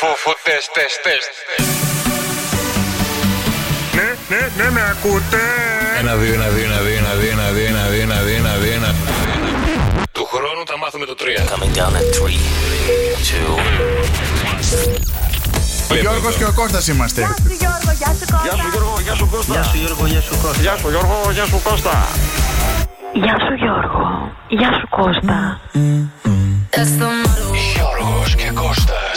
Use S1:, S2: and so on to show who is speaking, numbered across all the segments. S1: τεστ, τεστ, τεστ.
S2: Ναι, ναι, ναι, με ακούτε.
S1: Ένα, δύο, ένα, δύο, ένα, δύο, ένα, δύο, ένα, δύο, ένα, δύο, ένα, δύο, ένα, δύο, ένα, δύο. Του χρόνου θα μάθουμε το 3.
S3: Coming down at three, two,
S4: Ο Γιώργος και ο Κώστας είμαστε.
S5: Γεια σου Γιώργο, γεια σου Κώστα.
S6: Γεια σου Γιώργο, γεια σου Κώστα.
S7: Γιώργο, γεια σου Κώστα.
S6: Γεια σου Γιώργο, γεια σου Κώστα.
S5: Γεια σου Γιώργο. Γεια σου Κώστα.
S1: Γιώργος και Κώστας.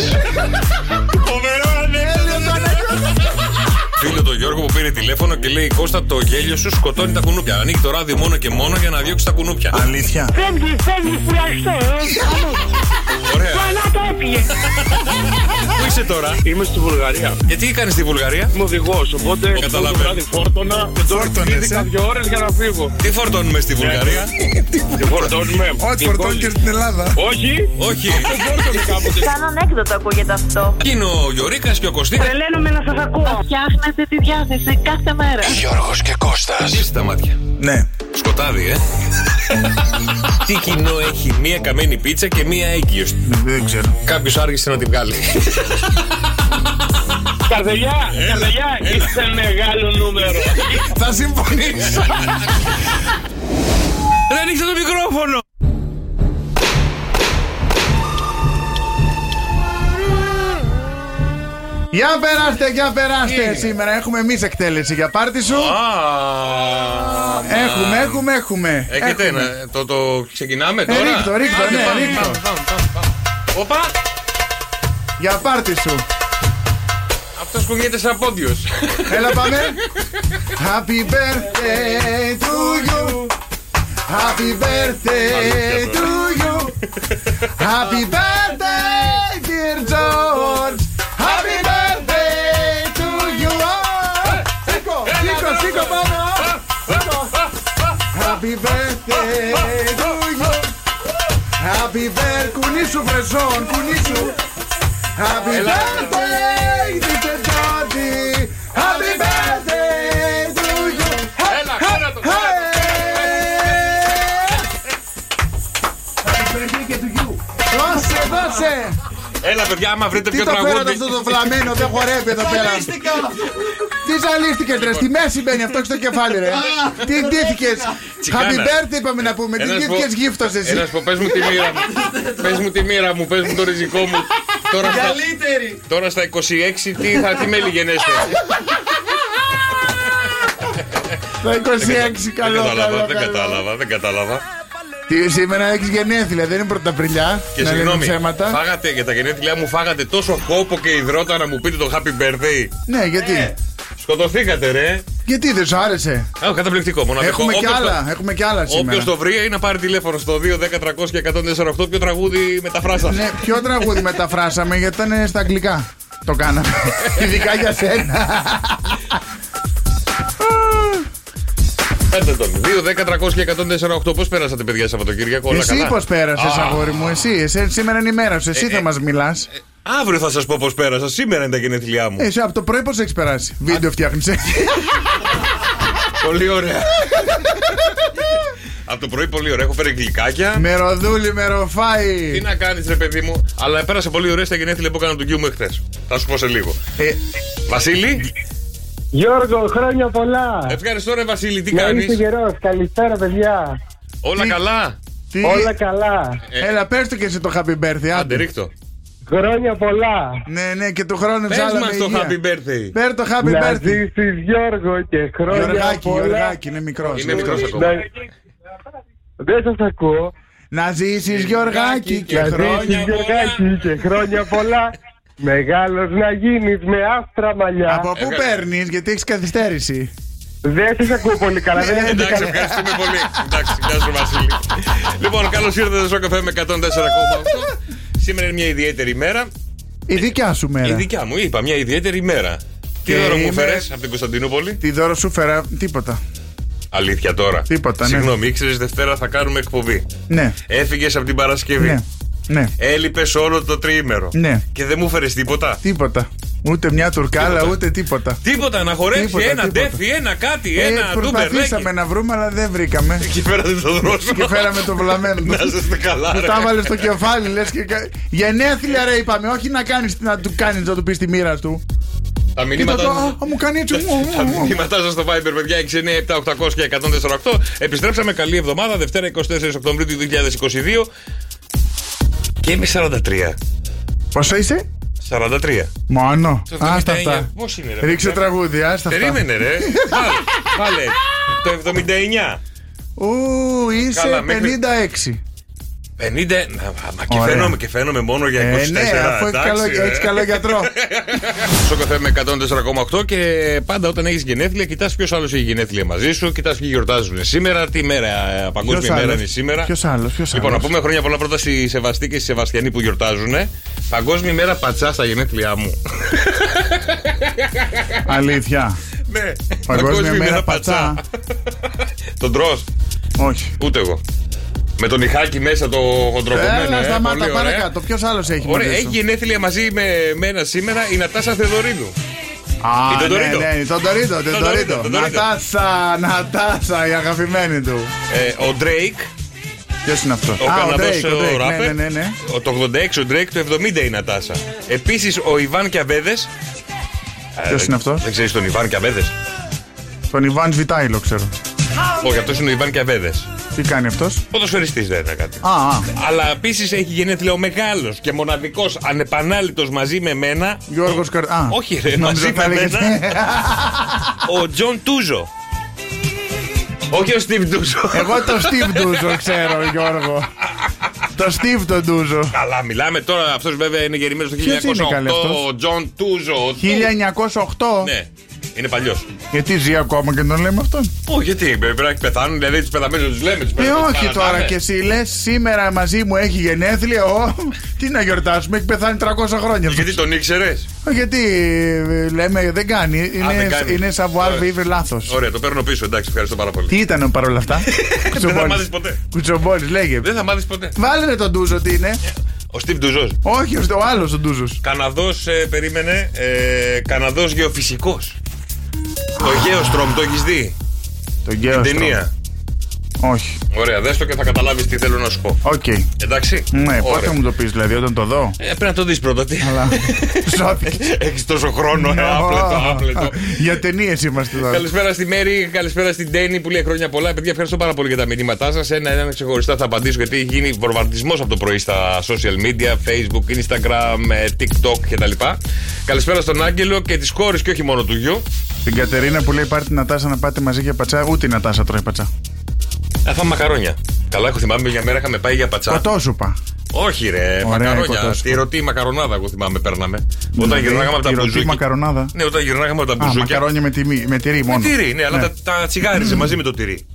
S8: Φίλο το Γιώργο που πήρε τηλέφωνο και λέει Κώστα το γέλιο σου σκοτώνει τα κουνούπια. Ανοίγει το ράδιο μόνο και μόνο για να διώξει τα κουνούπια.
S4: Αλήθεια.
S9: Φεύγει, φεύγει, φουραστό.
S8: Ωραία.
S9: Καλά το έπιε.
S8: Πού είσαι τώρα,
S7: Είμαι στη Βουλγαρία.
S8: γιατί κάνεις στη Βουλγαρία,
S7: Είμαι οδηγός, οπότε
S8: Καταλαβαίνω.
S7: το βράδυ φόρτωνα. Και τώρα
S4: Φόρτωνες, ε.
S7: πήγα δύο ώρες για να φύγω.
S8: Τι φορτώνουμε στη Βουλγαρία,
S7: Και φορτώνουμε. Λοιπόν,
S4: Ό,τι φορτώνει και στην Ελλάδα.
S7: Όχι,
S8: Όχι.
S7: φόρτωνε κάποτε.
S5: Σαν ανέκδοτο ακούγεται αυτό.
S8: Εκεί Είναι ο Γιωρίκας και ο Κωστίκα.
S9: Τρελαίνομαι να σας ακούω.
S5: Φτιάχνετε τη διάθεση κάθε μέρα.
S1: Γιώργος και Κώστας.
S8: Κλείστε τα μάτια.
S4: Ναι.
S8: Σκοτάδι, ε. Τι κοινό έχει μία καμένη πίτσα και μία έγκυο.
S4: Δεν ξέρω.
S8: Κάποιος άργησε να την βγάλει.
S7: Καρδελιά, καρδελιά, είστε μεγάλο νούμερο.
S4: Θα συμφωνήσω.
S8: Ρε ανοίξτε το μικρόφωνο.
S4: Για περάστε, για περάστε. Σήμερα έχουμε εμείς εκτέλεση για πάρτι σου.
S8: Α,
S4: Έχουμε, έχουμε, έχουμε.
S8: Έχετε
S4: Ε, Έχουμε.
S8: ένα. Το, το ξεκινάμε
S4: Ε,
S8: τώρα.
S4: ρίχτω, ρίχτω,
S8: Άντε,
S4: ναι,
S8: πάμε,
S4: ρίχτω.
S8: πάμε, πάμε, πάμε. Οπα!
S4: Για πάρτι σου.
S8: Αυτός κουνιέται σαν πόντιος.
S4: Έλα πάμε. Happy birthday to you. Happy birthday to you. Happy birthday dear George. Happy birthday to you. Σήκω, σήκω, σήκω πάνω. Σήκω. Happy birthday to you. Happy birthday. Κουνή σου φρεζόν, κουνή σου. Happy birthday, Mr. Τζόρντι. Happy birthday to you.
S8: Έλα, κόρα το.
S4: Ε, Δώσε, δώσε!
S8: Έλα, παιδιά, άμα βρείτε
S4: Τι
S8: πιο
S4: το φέρατε
S8: τραγούδι.
S4: αυτό το φλαμένο, δεν χορεύει εδώ πέρα. Τι ζαλίστηκες ρε, στη μέση μπαίνει αυτό και στο κεφάλι ρε. Τι ντύθηκες. Happy
S8: Τσικάνα.
S4: birthday είπαμε να πούμε, τι
S8: Ένας
S4: ντύθηκες
S8: που-
S4: γύφτος εσύ.
S8: Ένας που πες μου τη μοίρα μου. πες μου τη μοίρα μου, πες μου το ριζικό μου. Τώρα στα, τώρα στα 26, τι, θα, τι μέλη γενέστε.
S4: Το 26, καλό, καλό,
S8: δεν
S4: καλό.
S8: κατάλαβα, δεν κατάλαβα.
S4: Τι, σήμερα έχεις γενέθλια, δεν είναι πρωταπριλιά.
S8: Και
S4: να λέμε
S8: συγγνώμη,
S4: ψέματα.
S8: φάγατε για τα γενέθλιά μου, φάγατε τόσο κόπο και υδρότα να μου πείτε το happy birthday.
S4: Ναι,
S8: Ε.
S4: γιατί.
S8: Σκοτωθήκατε, ρε.
S4: Γιατί δεν σου άρεσε.
S8: Α, καταπληκτικό, μοναδικό.
S4: Έχουμε κι
S8: Όποιος το-
S4: άλλα, έχουμε κι άλλα σήμερα.
S8: Όποιος το βρει να πάρει τηλέφωνο στο 2, 10, 300 και 148 ποιο τραγούδι μεταφράσα.
S4: Ναι, ποιο τραγούδι μεταφράσαμε γιατί ήταν ε, στα αγγλικά. Το κάναμε. Ειδικά για σένα.
S8: Πέντε τον. 2, 10, 300 και 148. Πώς πέρασατε, παιδιά, Σαββατοκύριακο, όλα
S4: Εσύ
S8: καλά.
S4: πώς πέρασες,
S8: Α, Ε,
S4: αγόρι μου, εσύ. εσύ σήμερα είναι η μέρα σου. Εσύ θα μας μιλάς.
S8: Αύριο θα σας πω πώς πέρασα. Σήμερα είναι τα γενέθλιά μου.
S4: Ε, Εσύ από το πρωί πώς έχεις περάσει. Βίντεο φτιάχνεις.
S8: Πολύ ωραία. Από το πρωί πολύ ωραία. Έχω φέρει γλυκάκια.
S4: Μεροδούλη, μεροφάι.
S8: Τι να κάνεις, ρε παιδί μου. Αλλά πέρασε πολύ ωραία στα γενέθλια που έκανα του γιού μου εχθές. Θα σου πω σε λίγο.
S4: Ε,
S8: Βασίλη,
S7: Γιώργο, χρόνια πολλά.
S8: ευχαριστώ, ρε Βασίλη, τι κάνεις.
S7: γερός. Καλησπέρα, παιδιά.
S8: Όλα
S4: Τι-
S8: καλά.
S4: τι-
S7: καλά.
S8: ε.
S4: Έλα, πες του και εσύ το happy birthday.
S8: Άντε,
S4: Άντε.
S8: ρίχτω.
S7: Χρόνια πολλά.
S4: Ναι, ναι, και του χρόνου
S8: Πε
S4: ψάλα
S8: μα
S4: με
S8: το
S4: υγεία.
S8: happy birthday.
S4: Πέρ το happy
S7: Να
S4: birthday.
S7: ζήσεις Γιώργο και χρόνια
S4: Γεωργάκη,
S7: πολλά.
S4: Γεωργάκη, είναι μικρός.
S8: Είναι μικρός ακόμα.
S7: Να- Δεν σας ακούω.
S4: Να ζήσεις, Γεωργάκη, και
S8: Να
S7: Να
S4: χρόνια.
S7: ζήσεις
S8: πολλά.
S7: Γεωργάκη και χρόνια πολλά. Μεγάλος να γίνεις με άστρα μαλλιά.
S4: Από πού
S8: Ευχαριστώ.
S4: παίρνεις, γιατί έχεις καθυστέρηση.
S7: Δεν σας ακούω πολύ καλά.
S4: Ναι,
S7: Δεν έχετε
S8: Εντάξει,
S7: καλά.
S8: ευχαριστούμε πολύ. Εντάξει, γεια σου, Βασίλη. λοιπόν, καλώς ήρθατε στο καφέ με 104,8. Σήμερα είναι μια ιδιαίτερη ημέρα.
S4: Η δικιά σου
S8: Ε, Η
S4: μέρα.
S8: δικιά μου, είπα, μια ιδιαίτερη ημέρα. Τι
S4: Και
S8: δώρο μου
S4: είμαι-
S8: φέρες από την Κωνσταντινούπολη.
S4: Τι δώρο σου φέρα, τίποτα.
S8: Αλήθεια τώρα.
S4: Τίποτα, ναι.
S8: Συγγνώμη, ήξερες Δευτέρα θα κάνουμε εκπομπή.
S4: Ναι,
S8: Έφυγες από την Παρασκευή.
S4: ναι, ναι,
S8: Έλειπες όλο το τριήμερο.
S4: Ναι.
S8: Και δεν μου φέρες τίποτα.
S4: τίποτα. Ούτε μια τουρκάλα, ούτε τίποτα.
S8: Τίποτα, να χορέψει
S4: Τίποτα,
S8: ένα
S4: τίποτα.
S8: ντέφι, ένα κάτι,
S4: Ε,
S8: ένα ντουμπερλέκι.
S4: προσπαθήσαμε να βρούμε, αλλά δεν βρήκαμε.
S8: Εκεί πέρα δεν το δώσω.
S4: και φέραμε το βλαμμένο.
S8: Να είστε καλά,
S4: Του
S8: ρε.
S4: τα έβαλε στο κεφάλι, λες και. κα- Για νέα θηλιαρέ είπαμε, όχι να, κάνεις, να του κάνεις να του πεις τη μοίρα του.
S8: Τα
S4: Κοίτα το, α,
S8: μηνύματα.
S4: μου κάνει έτσι. μου, μου,
S8: Τα
S4: μου.
S8: μηνύματά σας στο Viber, παιδιά, 697 800 και 148. Επιστρέψαμε. Καλή εβδομάδα, Δευτέρα 24 Οκτωβρίου του 2022. Και είμαι 43.
S4: Πόσο είσαι?
S8: 43.
S4: Μόνο.
S8: Το 79.
S4: Άστα αυτά.
S8: Πώς είναι, ρε,
S4: Ρίξε
S8: παιδιά.
S4: τραγούδι, άστα αυτά.
S8: Περίμενε, ρε. Βάλε, Βάλε. Το 79.
S4: Ου, είσαι
S8: Καλά, μέχρι-
S4: 56.
S8: 50. Να, μα και
S4: Ωραία.
S8: φαίνομαι, και φαίνομαι μόνο για 24.
S4: Ε, ναι, αφού έχει καλό,
S8: εντάξει,
S4: έχεις
S8: ε.
S4: καλό γιατρό.
S8: Στο καφέ με 104,8 και πάντα όταν έχεις γενέθλια, κοιτάς ποιος άλλος έχει γενέθλια μαζί σου, κοιτάς ποιοι γιορτάζουν σήμερα, τι μέρα, ε,
S4: Ποιος
S8: παγκόσμια μέρα
S4: άλλος?
S8: είναι σήμερα.
S4: Ποιος άλλος, ποιος
S8: Λοιπόν, να
S4: άλλος.
S8: πούμε χρόνια πολλά πρώτα στη Σεβαστή και στη Σεβαστιανή που γιορτάζουν. Παγκόσμια μέρα πατσά στα γενέθλιά μου.
S4: Αλήθεια.
S8: ναι,
S4: μέρα πατσά.
S8: Τον τρως,
S4: Όχι.
S8: ούτε εγώ. Με τον νυχάκι μέσα το χοντροκομμένο.
S4: Έλα,
S8: ε, πολύ
S4: σταμάτα
S8: ωραία.
S4: παρακάτω. Ποιος άλλος έχει
S8: Ωραία,
S4: μαζί
S8: έχει
S4: σου?
S8: γενέθλια μαζί με μένα σήμερα η Νατάσα Θεδωρίδου.
S4: Α,
S8: Τον
S4: ναι,
S8: Dorito.
S4: ναι, τον Τωρίτο, τον
S8: Τον Dorito,
S4: Τωρίτο.
S8: τον Dorito.
S4: Νατάσα, Νατάσα, η αγαπημένη του.
S8: Ε, ο Ντρέικ,
S4: Ποιος είναι αυτό.
S8: ο
S4: Drake,
S8: Καναδό
S4: Drake. Ναι, ναι,
S8: ράπερ.
S4: ναι, ναι.
S8: Ο- Το 86 ο Ντρέικ, το 70 η Νατάσα. Επίσης ο Ιβάν Κιαβέδες.
S4: Ποιος είναι αυτός.
S8: Δεν ξέρεις τον Ιβάν Κιαβέδες.
S4: Τον Ιβάν Βιτάιλο, ξέρω.
S8: Όχι, αυτός είναι ο Ιβάν Κιαβέδες.
S4: Τι κάνει αυτός.
S8: Ποδοσφαιριστής δεν ήταν κάτι.
S4: Α, α.
S8: Αλλά επίσης έχει γενέθλια ο μεγάλος και μοναδικός ανεπανάληπτος μαζί με μένα.
S4: Γιώργος Καρ... Α,
S8: Όχι, ρε,
S4: νόμιζα
S8: μαζί
S4: θα
S8: με
S4: έλεγες.
S8: μένα. Ο Τζον Τούζο. Όχι ο Στίβ Τούζο.
S4: Εγώ το Steve Ντούζο ξέρω, Γιώργο. Το Steve τον Ντούζο.
S8: Καλά, μιλάμε τώρα. Αυτός βέβαια είναι γεννημένο το
S4: Ποιος είναι, καλέ,
S8: 1908.
S4: αυτός?
S8: Ο Τζον Τούζο. ο Του-
S4: 1908.
S8: Ναι, είναι παλιός.
S4: Γιατί ζει ακόμα και τον λέμε αυτόν.
S8: Πού, γιατί ε, πρέπει να πεθάνουν, δηλαδή τους πεθαμένους τους λέμε. τους
S4: Ε,
S8: πρέπει να τους
S4: όχι τώρα
S8: παρατάμε.
S4: και εσύ λες, σήμερα μαζί μου έχει γενέθλια. Ω, τι να γιορτάσουμε, έχει πεθάνει 300 χρόνια. αυτός.
S8: Γιατί τον ήξερες.
S4: Ε, Γιατί ε, λέμε δεν κάνει, είναι,
S8: δεν κάνει.
S4: είναι savoir
S8: Ωραία.
S4: vivre λάθος.
S8: Ωραία, το παίρνω πίσω, εντάξει, ευχαριστώ πάρα πολύ.
S4: Τι ήταν παρόλα αυτά.
S8: Δεν θα
S4: Κουτσομπόλης.
S8: μάθεις ποτέ.
S4: Κουτσομπόλης, λέγε.
S8: Δεν θα μάθεις ποτέ.
S4: Βάλε ρε τον Ντούζο τι είναι.
S8: Ο Στίβ Ντουζό.
S4: Όχι, ο άλλος ο Ντούζος.
S8: Καναδός, περίμενε. Ε, Καναδός γεωφυσικός. Το Γέοστρομ, το έχεις δει.
S4: Το
S8: Την
S4: γκέο.
S8: ταινία.
S4: Όχι.
S8: Ωραία, δες το και θα καταλάβεις τι θέλω να σου πω.
S4: Οκ.
S8: Εντάξει.
S4: Ναι, πότε
S8: Ωραία.
S4: θα μου το πεις δηλαδή όταν το δω.
S8: Ε, πρέπει να το δεις πρώτα. Τι.
S4: Αλλά. Σώθηκε.
S8: Έχεις τόσο χρόνο, ε, άπλετο, άπλετο.
S4: Για ταινίες είμαστε τώρα.
S8: Καλησπέρα στη Μέρη, καλησπέρα στην Τέννη που λέει χρόνια πολλά. Παιδιά, ευχαριστώ πάρα πολύ για τα μηνύματά σας. Ένα-ένα ξεχωριστά θα απαντήσω γιατί έχει γίνει βομβαρδισμός από το πρωί στα social media, Facebook, Instagram, ε, TikTok κτλ. Καλησπέρα στον Άγγελο και της κόρη και όχι μόνο του γιου.
S4: Την Κατερίνα που λέει πάρτε την Νατάσα να πάτε μαζί για πατσά. Ούτε η Νατάσα τρώει πατσά.
S8: Ε, Θα φάμε μακαρόνια. Καλά, έχω θυμάμαι μια μέρα είχαμε πάει για πατσά.
S4: Κοτόσουπα.
S8: Όχι, ρε,
S4: Ωραία,
S8: μακαρόνια.
S4: κοτόσου.
S8: Τη ρωτή μακαρονάδα, εγώ θυμάμαι, παίρναμε. Όταν
S4: Δηλαδή,
S8: γυρνάγαμε από τα
S4: τη ρωτή
S8: μπουζούκια.
S4: μακαρονάδα.
S8: Ναι, όταν γυρνάγαμε από τα
S4: Α,
S8: μπουζούκια.
S4: μακαρόνια με, τιμή, με τυρί μόνο.
S8: Τυρί, ναι, αλλά
S4: Ναι.
S8: τα, τα τσιγάριζε μαζί με το τυρί.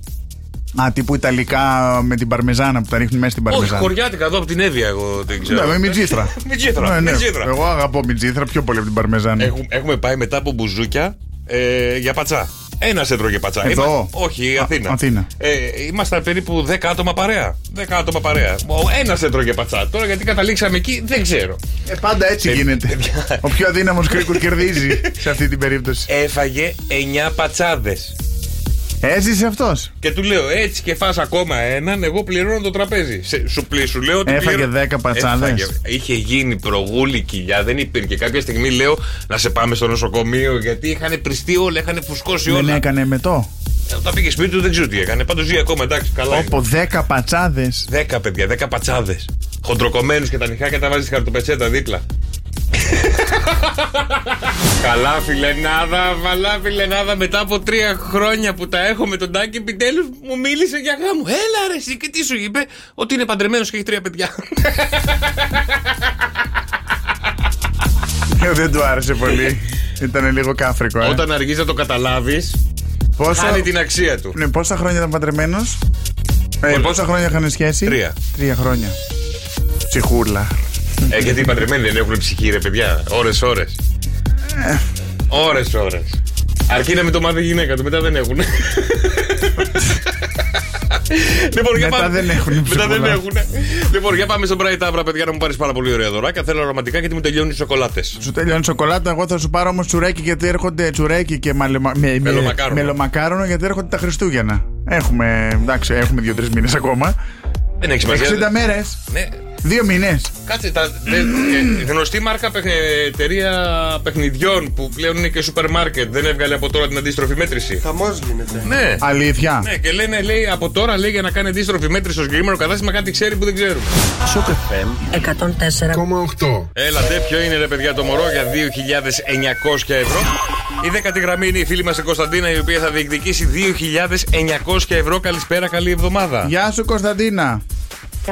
S4: Α, τύπου Ιταλικά με την παρμεζάνα που τα ρίχνουν μέσα στην
S8: Όχι,
S4: παρμεζάνα.
S8: χωριάτικα εδώ από την Εύβοια, εγώ δεν ξέρω.
S4: Ναι, με μιτζήθρα.
S8: Μιτζήθρα,
S4: Ναι, ναι.
S8: μιτζήθρα.
S4: Εγώ αγαπώ μιτζήθρα πιο πολύ από την παρμεζάνα.
S8: Έχουμε, έχουμε πάει μετά από μπουζούκια ε, για πατσά. Ένα έτρωγε πατσά.
S4: Εδώ?
S8: Είμα- όχι, η
S4: Α,
S8: Αθήνα.
S4: Αθήνα.
S8: Ε, ήμασταν περίπου 10 άτομα παρέα. 10 άτομα παρέα. Ένα έτρωγε πατσά. Τώρα γιατί καταλήξαμε εκεί δεν ξέρω.
S4: Ε, πάντα έτσι
S8: Ε,
S4: γίνεται.
S8: παιδιά.
S4: Ο πιο αδύναμος κρίκο κερδίζει σε αυτή την περίπτωση.
S8: Έφαγε 9 πατσάδες.
S4: Έζησε αυτός.
S8: Και του λέω έτσι και φας ακόμα έναν, εγώ πληρώνω το τραπέζι. Σε- σου, πλη, σου λέω ότι.
S4: Έφαγε 10 πατσάδες.
S8: Έφαγε. Είχε γίνει προγούλη κοιλιά, δεν υπήρχε. Κάποια στιγμή λέω να σε πάμε στο νοσοκομείο γιατί είχαν πριστεί όλα, είχαν φουσκώσει
S4: Δεν
S8: όλα.
S4: έκανε μετό.
S8: Ε, Όταν πήγε σπίτι του δεν ξέρω τι έκανε. Πάντως ζει ακόμα, εντάξει, καλά.
S4: Από 10 πατσάδες.
S8: Δέκα παιδιά, δέκα πατσάδες. Χοντροκομμένους και τα νυχάκια τα βάζεις στη χαρτοπετσέτα δίπλα. Καλά φιλενάδα, βαλά φιλενάδα μετά από τρία χρόνια που τα έχω με τον Τάκη επιτέλους μου μίλησε για γάμο. Έλα ρε εσύ και τι σου είπε ότι είναι παντρεμένος και έχει τρία παιδιά.
S4: Δεν του άρεσε πολύ. Ήταν λίγο κάφρικο. ε.
S8: Όταν αργείς να το καταλάβεις
S4: Πόσο-
S8: χάνει την αξία του.
S4: Ναι, πόσα χρόνια ήταν παντρεμένος. Ε,
S8: Πολλά.
S4: πόσα χρόνια είχαν σχέση.
S8: Τρία.
S4: Τρία χρόνια. Ψυχούλα.
S8: ε, γιατί οι παντρεμένοι δεν έχουν ψυχή ρε παιδιά. Ώρες ώρες.
S4: Ε.
S8: ώρες ώρες. Αρκεί να μην το μάθει η γυναίκα του, μετά δεν έχουν. Λοιπόν, για
S4: Μετά
S8: πάμε-
S4: δεν έχουνε
S8: Μετά δεν
S4: πολλά.
S8: έχουνε. Λοιπόν, για πάμε στο Bright Abra, παιδιά, να μου πάρεις πάρα πολύ ωραία δωράκια. Θέλω αρωματικά γιατί μου τελειώνουν οι σοκολάτες.
S4: Σου τελειώνει η σοκολάτα. Εγώ θα σου πάρω όμως τσουρέκι γιατί έρχονται τσουρέκι και μαλεμα... με- με-
S8: Μελομακάρονο.
S4: μελομακάρονο γιατί έρχονται τα Χριστούγεννα. Έχουμε, εντάξει, έχουμε δύο-τρει μήνες ακόμα.
S8: Δεν έχει
S4: 60
S8: σημασία.
S4: μέρες.
S8: Ναι,
S4: Δύο μήνες.
S8: κάτσε. Τα, δε- ε, γνωστή μάρκα παιχ- ε, εταιρεία παιχνιδιών που πλέον είναι και σούπερ μάρκετ. Δεν έβγαλε από τώρα την αντίστροφη μέτρηση.
S10: Χαμός γίνεται.
S8: Ναι.
S4: Αλήθεια.
S8: Ναι, και λένε, λέει, από τώρα λέει για να κάνει αντίστροφη μέτρηση στο συγκεκριμένο κατάστημα κάτι ξέρει που δεν ξέρουμε. Έλα, ντε, ποιο είναι ρε παιδιά το μωρό για 2.900 ευρώ. Η δέκατη γραμμή είναι η φίλη μας η Κωνσταντίνα, η οποία θα διεκδικήσει 2.900 ευρώ. Καλησπέρα, καλή εβδομάδα.
S4: Γεια σου Κωνσταντίνα.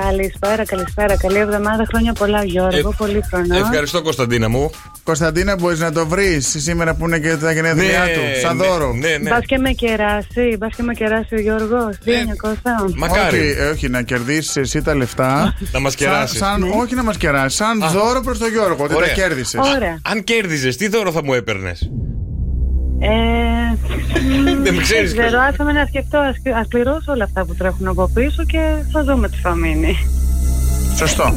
S5: Καλησπέρα, καλησπέρα. Καλή εβδομάδα. Χρόνια πολλά, Γιώργο.
S8: Ε,
S5: Πολύ χρονά.
S8: Ευχαριστώ, Κωνσταντίνα μου.
S4: Κωνσταντίνα μπορείς να το βρεις σήμερα που είναι και τα γενέθλιά του. Σαν
S8: ναι,
S4: δώρο.
S8: Ναι, ναι. Ε,
S5: Μπας και με κεράσει, μπας και με κεράσει ο Γιώργος. 2900.
S8: Μακάρι.
S4: Όχι, ε, όχι, να κερδίσεις εσύ τα λεφτά.
S8: Να μας
S4: Σαν-
S8: κεράσεις.
S4: Σαν, όχι να μας κεράσεις. Σαν δώρο προς τον Γιώργο. Ότι τα
S8: Ωραία.
S4: κέρδισες.
S5: Ωραία.
S8: Αν κέρδιζες, τι δώρο θα μου έπαιρνες.
S5: Ε, μ,
S8: Δεν με ξέρεις,
S5: ξέρω,
S8: Γιώργο.
S5: άσε με να σκεφτώ. ας- Ας κληρώσω όλα αυτά που τρέχουν από πίσω και θα δούμε τι θα μείνει.
S4: Σωστό.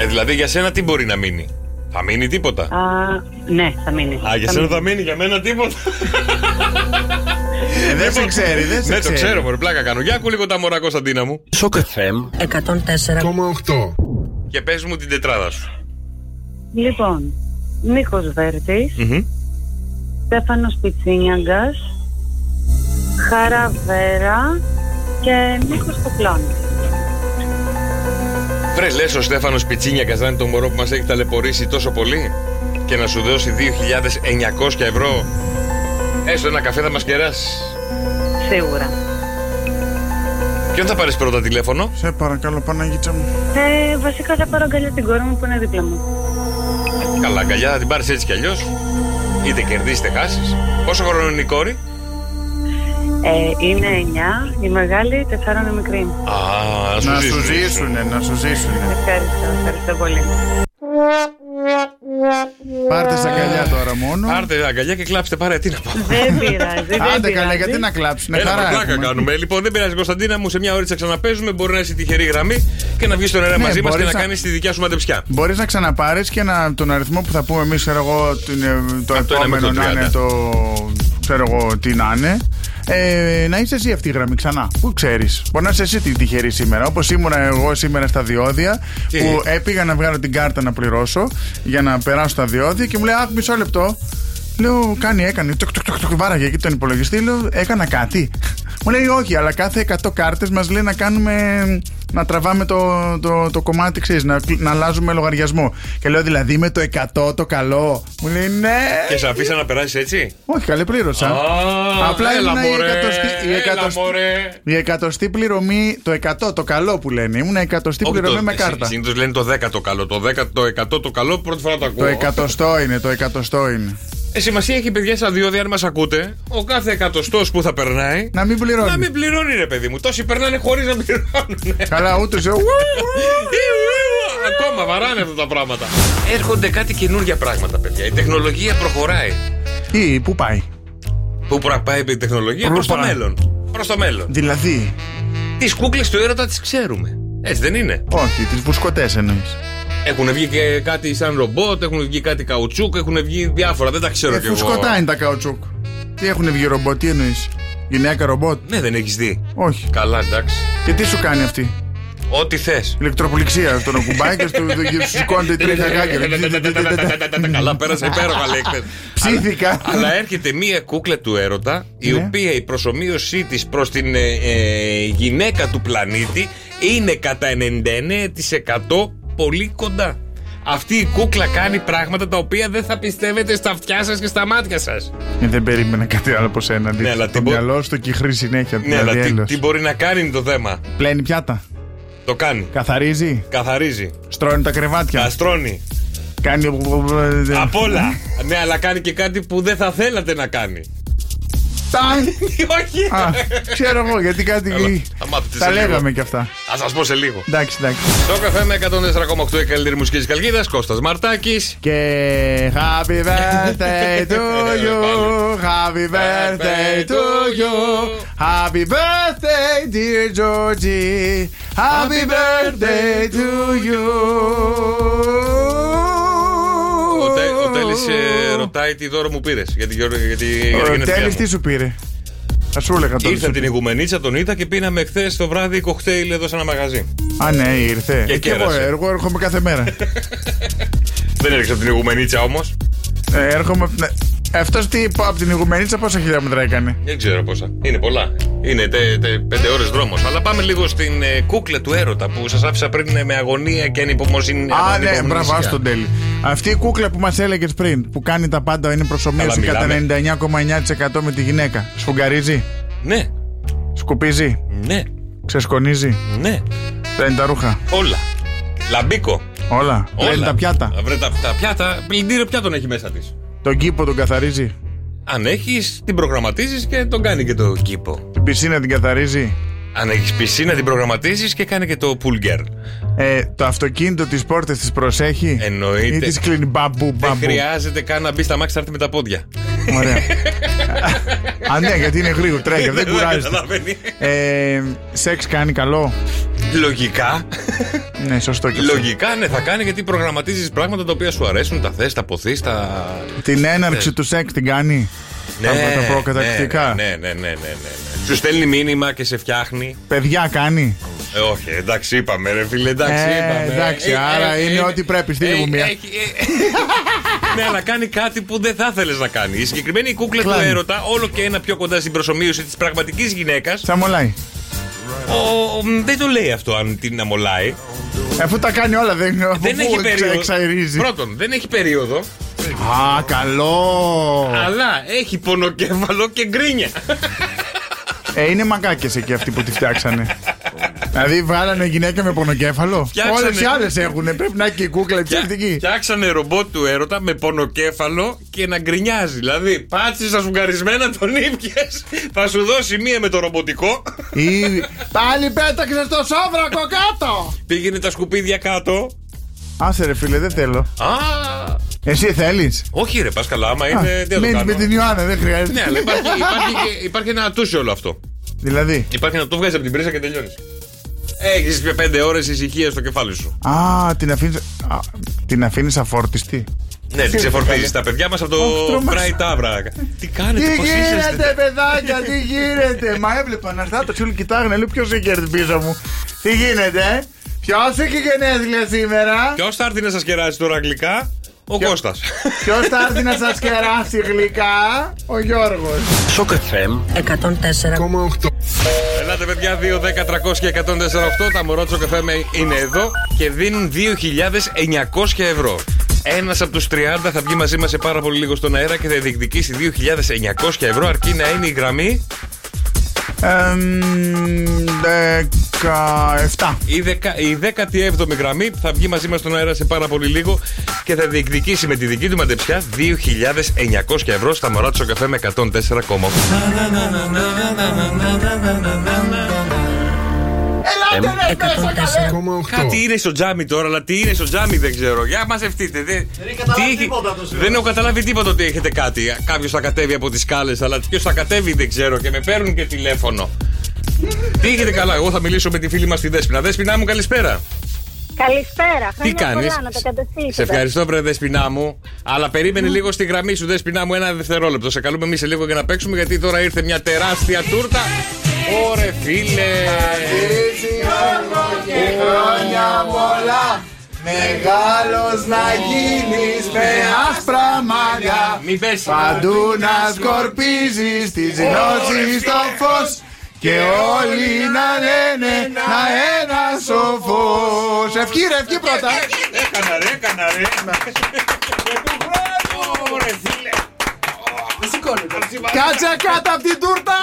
S8: Ε, δηλαδή για σένα τι μπορεί να μείνει. Θα μείνει τίποτα.
S5: Α, ναι, θα μείνει.
S8: Α, για
S5: Θα
S8: σένα
S5: μείνει.
S8: θα μείνει, για μένα τίποτα.
S4: Ε, δεν σε ξέρει, δεν σε
S8: Ναι, το
S4: ξέρει.
S8: ξέρω, μωρέ, πλάκα κάνω. Για ακού λίγο τα μωρά, Κωνσταντίνα μου. Και πες μου την τετράδα σου.
S5: Λοιπόν, Νίκος Βέρτης,
S8: Μμμ.
S5: Στέφανος Πιτσίνιαγκας, Χαρά Βέρα και Νίκος Κοπλώνη.
S8: Βρε, λες ο Στέφανος Πιτσίνιακας να είναι το μωρό που μας έχει ταλαιπωρήσει τόσο πολύ και να σου δώσει 2.900 ευρώ. Έστω ένα καφέ θα μας κεράσει.
S5: Σίγουρα.
S8: Ποιον θα πάρεις πρώτα τηλέφωνο,
S4: Σε παρακαλώ, Παναγίτσα μου.
S5: Ε, βασικά θα πάρω αγκαλιά την κόρη μου που είναι δίπλα μου.
S8: Καλά, αγκαλιά θα την πάρεις έτσι κι αλλιώς. Είτε κερδίσει είτε χάσεις. Πόσο χρόνο είναι η κόρη,
S5: Ε, είναι 9, η μεγάλη, 4 η μικρή.
S8: Α, να σου
S4: Να σου
S8: ζήσουν.
S4: ζήσουνε, να σου ζήσουνε.
S5: Ευχαριστώ, ευχαριστώ πολύ.
S4: Πάρτε σαν αγκαλιά τώρα μόνο.
S8: Πάρτε αγκαλιά και κλάψτε παρέα. Τι να πω.
S5: Δεν πειράζει, δεν
S4: Άντε καλά,
S5: πειράζει.
S4: γιατί να κλάψουν.
S8: Έλα,
S4: χαρά
S8: μα πλάκα
S4: έχουμε.
S8: κάνουμε. Λοιπόν, δεν πειράζει, Κωνσταντίνα μου. Σε μια ώρα θα ξαναπέζουμε. Μπορεί να είσαι τυχερή γραμμή και να βγεις στον αέρα
S4: Ναι,
S8: μαζί μας και
S4: μπορείς
S8: να
S4: να-
S8: κάνεις τη δικιά σου μαντεψιά.
S4: Μπορείς να ξαναπάρεις και να, τον αριθμό που θα πούμε εμείς, ξέρω εγώ, την, ε, το
S8: Από το ένα
S4: επόμενο
S8: μέχρι το
S4: να είναι το. ξέρω εγώ τι να είναι. Ε, να είσαι εσύ αυτή η γραμμή ξανά. Πού ξέρεις. Μπορεί να είσαι εσύ την τυχερή σήμερα. Όπως ήμουνα εγώ σήμερα στα διόδια,
S8: Τι?
S4: που έπηγα να βγάλω την κάρτα να πληρώσω για να περάσω τα διόδια και μου λέει Αχ, μισό λεπτό. Λέω, κάνει, έκανε. Τουκ, τουκ, τουκ, τουκ, βάραγε εκεί τον υπολογιστή. Λέω, έκανα κάτι. Μου λέει, όχι, αλλά κάθε 100 κάρτες μας λέει να κάνουμε. να τραβάμε το, το, το κομμάτι ξέρεις, να, κλ- να αλλάζουμε λογαριασμό. Και λέω, δηλαδή με το 100 το καλό. Μου λέει, ναι.
S8: Και σε αφήσα να περάσεις έτσι.
S4: Όχι, καλέ, πλήρωσα.
S8: Α,
S4: Απλά
S8: έλα,
S4: ήμουν η
S8: μωρέ,
S4: εκατοστή- η
S8: έλα,
S4: εκατοστή-
S8: μωρέ.
S4: Η εκατοστή πληρωμή, το 100 το καλό που λένε. Ήμουν εκατοστή πληρωμή με κάρτα.
S8: Συνήθως λένε το 10 το καλό. Το 10 το 100 το καλό, πρώτη φορά το ακούω.
S4: Το εκατοστό είναι, το εκατοστό είναι.
S8: Ε, σημασία έχει παιδιά στα διόδια, αν μας ακούτε, ο κάθε εκατοστός που θα περνάει.
S4: Να μην
S8: Να
S4: πληρώνει.
S8: μην πληρώνει ρε παιδί μου. Τόσοι περνάνε χωρίς να πληρώνουν.
S4: Καλά, ούτε σε.
S8: Ακόμα βαράνε αυτά τα πράγματα. Έρχονται κάτι καινούργια πράγματα, παιδιά. Η τεχνολογία προχωράει.
S4: Τι, πού πάει.
S8: Πού πρα- πάει η τεχνολογία προς το
S4: Προχωράει.
S8: μέλλον. Προς το μέλλον.
S4: Δηλαδή,
S8: Τις κούκλες του έρωτα τις ξέρουμε. Έτσι δεν είναι.
S4: όχι, τις μπουσκωτέ εννοείς.
S8: Έχουν βγει και κάτι σαν ρομπότ, έχουν βγει κάτι καουτσούκ, έχουν βγει διάφορα. Δεν τα ξέρω
S4: Ε,
S8: κι εγώ.
S4: φουσκωτά είναι τα καουτσούκ. Τι έχουν βγει ρομπότ, τι εννοείς. Γυναίκα ρομπότ.
S8: Ναι, δεν έχεις δει.
S4: Όχι.
S8: Καλά, εντάξει.
S4: Και τι σου κάνει αυτή.
S8: Ό,τι θες.
S4: Ηλεκτροπληξία στον κουμπάκι και στο- σου σηκώνεται η τρίχα γάκια.
S8: Καλά, πέρασε υπέροχα λέει χθες.
S4: Ψήθηκα.
S8: Αλλά έρχεται μία κούκλα του έρωτα, η
S4: Ναι.
S8: οποία η προσωμείωσή της προς την ε, ε, γυναίκα του πλανήτη είναι κατά 99% πολύ κοντά. Αυτή η κούκλα κάνει πράγματα τα οποία δεν θα πιστεύετε στα αυτιά σας και στα μάτια σας.
S4: Ε, Δεν περίμενα κάτι άλλο από σένα.
S8: Ναι, αλλά
S4: Το
S8: τι μπο-
S4: μυαλό σου το κυχρεί συνέχεια.
S8: Ναι,
S4: δηλαδή,
S8: αλλά τι,
S4: έλεος.
S8: τι μπορεί να κάνει είναι το θέμα.
S4: Πλένει πιάτα.
S8: Το κάνει.
S4: Καθαρίζει.
S8: Καθαρίζει.
S4: Στρώνει τα κρεβάτια.
S8: Καστρώνει. Ναι,
S4: Κάνει.
S8: Απ' όλα. ναι, αλλά κάνει και κάτι που δεν θα θέλατε να κάνει.
S4: Τάιν.
S8: Όχι.
S4: Α, ξέρω εγώ γιατί
S8: Καλά,
S4: κάτι.
S8: θα μάθετε σε
S4: Τα
S8: λίγο.
S4: λέγαμε κι αυτά.
S8: Α σας πω σε λίγο.
S4: Εντάξει, εντάξει.
S8: Το καφέ με 104,8 η καλύτερη μουσική της Καλκίδας, Κώστας Μαρτάκης.
S4: Και happy birthday to
S8: Ε,
S4: you, happy birthday to you, happy birthday dear Georgie, happy birthday to you.
S8: Ο, Τέ- ο Τέλης, ε, ρωτάει τι δώρο μου πήρες για την Γεωργία. Για τη, για τα
S4: Ο
S8: γενέθλιά
S4: Τέλης
S8: μου.
S4: τι σου πήρε. Θα σου έλεγα τώρα.
S8: Ήρθα
S4: σου-
S8: την Ιγουμενίτσα, τον είδα και πίναμε χθες το βράδυ κοκτέιλ εδώ σε ένα μαγαζί.
S4: Α, ναι, ήρθε.
S8: Και
S4: Ε, κι εγώ
S8: κέρασε.
S4: έργο, έρχομαι κάθε μέρα.
S8: Δεν έριξα από την Ιγουμενίτσα όμως.
S4: Ε, έρχομαι. απ' την- Ε, αυτός τι, από την Ιγουμενίτσα πόσα χιλιόμετρα έκανε.
S8: Δεν ξέρω πόσα. Είναι πολλά. Είναι τε, τε, πέντε ώρες δρόμος. Αλλά πάμε λίγο στην ε, κούκλα του έρωτα που σας άφησα πριν ε, με αγωνία και ανυπομονή.
S4: Α, ναι,
S8: ανυπομονησία.
S4: μπράβο, άστον τέλει. Αυτή η κούκλα που μας έλεγες πριν, που κάνει τα πάντα, είναι προσωμείωση
S8: Καλά,
S4: κατά
S8: μιλάμε.
S4: 99,9% με τη γυναίκα. Σφουγγαρίζει,
S8: Ναι,
S4: σκουπίζει,
S8: ναι,
S4: ξεσκονίζει,
S8: ναι.
S4: παίρνει τα ρούχα.
S8: Όλα. Λαμπίκο.
S4: Όλα. Παίρνει
S8: Όλα.
S4: τα πιάτα.
S8: Βρε τα, τα πιάτα. Πλυντήριο πιάτων έχει μέσα της.
S4: Τον κήπο τον καθαρίζει.
S8: Αν έχεις, την προγραμματίζεις και τον κάνει και το κήπο.
S4: Την πισίνα την καθαρίζει.
S8: Αν έχεις πισίνα, την προγραμματίζεις και κάνει και το pool girl.
S4: Ε, το αυτοκίνητο τη πόρτε τη προσέχει.
S8: Εννοείται.
S4: Ή τη κλείνει μπαμπού,
S8: Δεν
S4: μπαμπού.
S8: χρειάζεται καν να μπει στα μάξι να έρθει με τα πόδια.
S4: Ωραία. Α, ναι, γιατί είναι γρήγορο, τρέχει, δεν κουράζεται.
S8: καταλαβαίνει.
S4: Ε, σεξ κάνει καλό.
S8: Λογικά.
S4: Ναι, σωστό και αυτό.
S8: Λογικά ναι, θα κάνει γιατί προγραμματίζεις πράγματα τα οποία σου αρέσουν, τα θες, τα ποθείς, τα.
S4: Την έναρξη του σεξ την κάνει. τα προκατακτικά.
S8: Ναι, ναι, ναι, ναι, ναι, ναι. Σου στέλνει μήνυμα και σε φτιάχνει.
S4: Παιδιά κάνει.
S8: Ε, όχι, εντάξει, είπαμε, ρε φίλε, εντάξει,
S4: Ε,
S8: είπαμε.
S4: εντάξει, άρα είναι ό,τι πρέπει, στείλε μου μία.
S8: έχει, ε, ναι, αλλά κάνει κάτι που δεν θα ήθελε να κάνει. Η συγκεκριμένη κούκλα του
S4: Κλάνη.
S8: έρωτα, όλο και ένα πιο κοντά στην προσωμείωση της πραγματικής γυναίκας,
S4: Τσαμολάει.
S8: δεν το λέει αυτό αν την αμολάει.
S4: Ε, Αφού τα κάνει όλα, δεν,
S8: Δεν
S4: αφού
S8: έχει
S4: εξα- εξαερίζει.
S8: περίοδο. Πρώτον, δεν έχει περίοδο,
S4: Α, καλό.
S8: αλλά έχει πονοκέφαλο και γκρίνια.
S4: Ε, είναι μαγκάκες εκεί αυτοί που τη φτιάξανε. δηλαδή, βάλανε γυναίκα με πονοκέφαλο.
S8: Φτιάξανε.
S4: Όλες οι άλλες έχουν. Πρέπει να έχει και η κούκλα η ψευτική.
S8: Φτιάξανε ρομπότ του έρωτα με πονοκέφαλο και να γκρινιάζει. Δηλαδή, πάτσε στα σουγκαρισμένα τον ήπια, θα σου δώσει μία με το ρομποτικό.
S4: Ή... Πάλι πέταξες το σόβρακο κάτω.
S8: Πήγαινε τα σκουπίδια κάτω.
S4: Άσε ρε φίλε, δεν θέλω.
S8: Α,
S4: Εσύ θέλεις.
S8: όχι ρε, πας καλά, άμα είναι. Τι θα Ε, ναι, το
S4: με
S8: κάνω.
S4: την Ιωάννα, δεν χρειάζεται.
S8: Ναι, αλλά υπάρχει, υπάρχει, και- υπάρχει ένα ατούσιο όλο αυτό.
S4: Δηλαδή.
S8: Υπάρχει να το βγάζεις από την πρίζα και τελειώνεις. Έχεις πέντε ώρες ησυχίας στο κεφάλι σου.
S4: Α, την αφήνεις. Την αφήνεις αφόρτιστη.
S8: Ναι, την ξεφορτίζεις τα παιδιά μας από το
S4: Αχ, τρομάζα.
S8: Fry Tavra. Τι κάνετε,
S4: Τι
S8: πώς Ε, είσαστε.
S4: γίνεται, παιδάκια, τι γίνεται. Μα έβλεπα να στάτω όλοι κοιτάγανε, λέει ποιος είχε έρθει πίσω μου. Τι γίνεται, ε? Ποιος έχει γενέθλια σήμερα,
S8: Ποιος θα έρθει να σας κεράσει τώρα αγγλικά, ο Κώστας.
S4: Ποιος θα έρθει να σας κεράσει γλυκά, Ο Γιώργος.
S3: Shock FM
S10: 104.
S8: Ελάτε, παιδιά, 2, 10, 300 και 148. Τα μωρότσο καφέ με ε, είναι εδώ και δίνουν 2.900 ευρώ. Ένας από τους 30 θα βγει μαζί μας σε πάρα πολύ λίγο στον αέρα και θα διεκδικήσει 2.900 ευρώ αρκεί να είναι η γραμμή
S4: Δεκαεφτά.
S8: Η, δεκα, η 17η γραμμή που θα βγει μαζί μας στον αέρα σε πάρα πολύ λίγο και θα διεκδικήσει με τη δική του μαντεψιά 2.900 ευρώ στα μωρά του καφέ με 104,8.
S4: Ελάτε ρε μέσα καλέ.
S10: 104.
S8: Κάτι είναι στο τζάμι τώρα, αλλά τι είναι στο τζάμι δεν ξέρω. Για μαζευτείτε. Δεν, τι έχει- δεν έχω καταλάβει τίποτα ότι έχετε κάτι. Κάποιος θα κατέβει από τις σκάλες, αλλά ποιος θα κατέβει δεν ξέρω και με παίρνουν και τηλέφωνο. τι έχετε καλά, εγώ θα μιλήσω με τη φίλη μας τη Δέσπινα. Δέσπινα μου, καλησπέρα.
S9: Καλησπέρα.
S8: Τι κάνει.
S9: Να τα καταστήσετε.
S8: Σε ευχαριστώ, βρε Δεσπινά μου. Αλλά περίμενε λίγο στη γραμμή σου, Δεσπινά μου, ένα δευτερόλεπτο. Σε καλούμε εμείς σε λίγο για να παίξουμε, γιατί τώρα ήρθε μια τεράστια τούρτα. Ωρε φίλε!
S4: Και χρόνια πολλά. Μεγάλος να γίνεις με άσπρα μαλλιά
S8: Μη πέσει.
S4: Παντού να σκορπίζεις τις γνώσεις στο φως και όλοι να λένε να ένα σοφός Ευχή ρε, ευχή πρώτα
S8: Έκανα ρε, έκανα ρε. Ωρε φίλε!
S4: Κάτσε κάτω απ' την τούρτα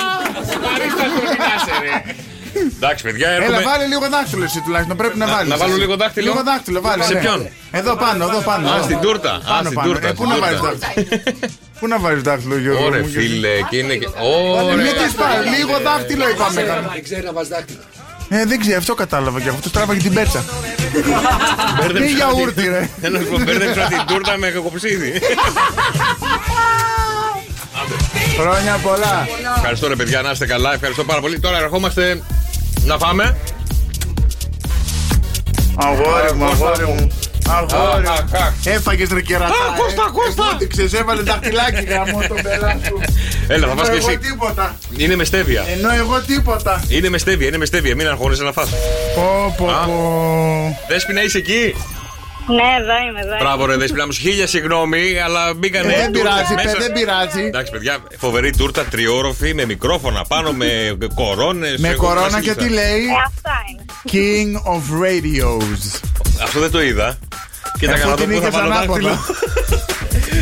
S8: Παρίστα το μοιράσαι, ρε. Εντάξει, παιδιά,
S4: Έλα
S8: έρχομαι.
S4: βάλε λίγο δάχτυλο εσύ τουλάχιστον πρέπει να βάλεις
S8: να βάλω λίγο δάχτυλο?
S4: Λίγο δάχτυλο βάλε
S8: Σε
S4: ναι.
S8: ποιον?
S4: Εδώ πάνω, εδώ πάνω
S8: Α,
S4: εδώ.
S8: στην τούρτα. Α,
S4: Πάνω
S8: στην
S4: πάνω,
S8: τούρτα.
S4: ε, πού να
S8: στην
S4: βάλεις
S8: τούρτα.
S4: δάχτυλο Πού να βάλει δάχτυλο, Γιώργο.
S8: Ωρε
S4: μου, και-
S8: φίλε, και είναι και. Ωρε.
S4: Μην τη πάρει, λίγο δάχτυλο είπαμε.
S10: Δεν ξέρει να βάζει δάχτυλο.
S4: Ε, δεν ξέρω, αυτό κατάλαβα και αυτό τράβαγε την πέτσα.
S8: Μπέρδεψα
S4: Τι
S8: την-
S4: γιαούρτι, ρε.
S8: Θέλω να σου πω, μπέρδεψα την τούρτα με κοψίδι.
S4: Χρόνια πολλά.
S8: Ευχαριστώ ρε παιδιά, να είστε καλά. Ευχαριστώ πάρα πολύ. Τώρα ερχόμαστε να φάμε.
S4: Αγόρι μου, αγόρι μου. Αγόρι μου.
S8: Αχ, αχ.
S4: Έφαγες ρε κερατά. ε.
S8: Α, Κώστα, Κώστα.
S4: Κώστα. έβαλε δαχτυλάκι γαμό τον πελά σου.
S8: Έλα, θα φας και
S4: Ενώ εγώ Ε,
S8: εσύ.
S4: τίποτα.
S8: Είναι με στέβια.
S4: Ενώ εγώ τίποτα.
S8: Είναι με στέβια, είναι με στέβια. Μην αγχώνεσαι να φας.
S4: Πω, πω,
S8: Α.
S4: πω.
S8: Δέσποινα είσαι εκεί.
S9: Ναι, εδώ είμαι, εδώ είμαι.
S8: Μπράβο ρε Δέσποινα μου, χίλια συγγνώμη, αλλά μπήκανε
S4: Ε, Δεν
S8: τούρτες
S4: πειράζει,
S8: μέσα.
S4: παι, δεν πειράζει.
S8: Εντάξει, παιδιά, φοβερή τούρτα τριόροφη με μικρόφωνα πάνω, με κορώνες.
S4: Με κορώνα και τι λέει
S9: Ε, αυτά είναι.
S4: King of Radios
S8: Αυτό δεν το είδα. Και τα
S4: Αφού
S8: καλά
S4: την
S8: που θα
S4: είχες
S8: βάλω
S4: ανάποδα.
S8: δάχτυλο.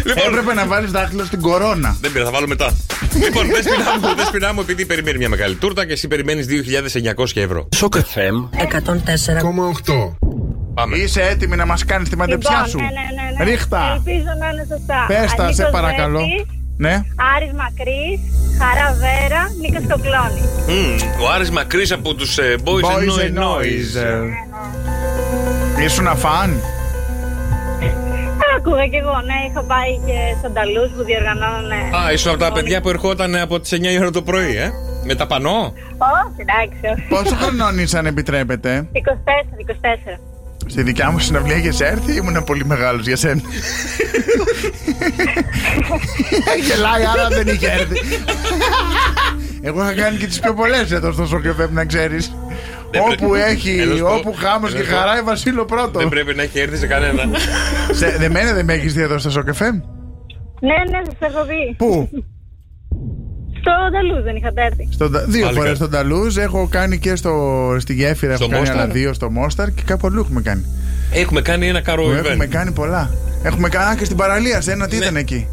S8: λοιπόν,
S4: Έπρεπε να βάλεις δάχτυλο στην κορώνα
S8: δεν πειράζει, θα βάλω μετά. λοιπόν, δεσπινά μου, δεσπινά μου, επειδή περιμένει μια μεγάλη τούρτα και εσύ περιμένεις 2.900 ευρώ.
S3: Σοκ FM
S5: 104.
S10: 8.
S8: Πάμε.
S4: Είσαι έτοιμη να μας κάνεις τη μαντεψιά
S9: Λοιπόν,
S4: σου
S9: ναι, ναι, ναι, ναι.
S4: Ρίχτα
S9: Ελπίζω να είναι σωστά.
S4: Πες τα, σε
S9: Ανίκος
S4: παρακαλώ
S9: Δέσης,
S4: Ναι
S9: Άρης Μακρύς, Χαρά Βέρα, Νίκος Κοκλώνης.
S8: Μμμ, ο Άρης Μακρύς από τους ε, Boys,
S4: Boys
S8: and
S4: and
S8: Noise.
S9: Ναι,
S4: Noise. Ήσουν αφάν
S9: Άκουγα κι εγώ, ναι, είχα πάει και στον Ταλούς που ναι. διοργανώνανε.
S8: Α, ίσως από τα παιδιά που ερχόταν από τις 9 η ώρα το πρωί, ε. Με τα πανό.
S9: Όχι, εντάξει. όχι.
S4: Πόσο χρονών είσαι αν επιτρέπετε
S9: 24, 24.
S4: Στη δικιά μου συναυλία είχες έρθει Ήμουν πολύ μεγάλος για σένα Γελάει άρα δεν είχε έρθει Εγώ είχα κάνει και τις πιο πολλές εδώ στο Σοκεφέμ να ξέρεις
S8: Δεν
S4: Όπου
S8: πρέπει-
S4: έχει,
S8: Έλα στο-
S4: όπου χάμος και
S8: έλα στο-
S4: χαρά η Βασίλο
S8: Δεν
S4: πρώτο
S8: πρέπει να έχει έρθει σε κανένα.
S4: Σε- δε μένα δεν με έχεις δει εδώ στο Σοκεφέμ
S9: Ναι, ναι, σας έχω δει.
S4: Πού?
S9: Στο Ταλούς δεν είχατε έρθει.
S4: Στον Τα- δύο
S8: Πάλι
S4: φορές
S8: κάτι.
S4: στον Ταλούζ. Έχω κάνει και στο, στη γέφυρα.
S8: Στο
S4: έχω κάνει
S8: Μόσταρ.
S4: άλλα δύο στο Μόσταρ και κάπου αλλού έχουμε κάνει.
S8: Έχουμε κάνει ένα καρό event.
S4: Έχουμε κάνει πολλά. Έχουμε κάνει α, και στην παραλία. Σε ένα τι
S8: Ναι.
S4: ήταν εκεί.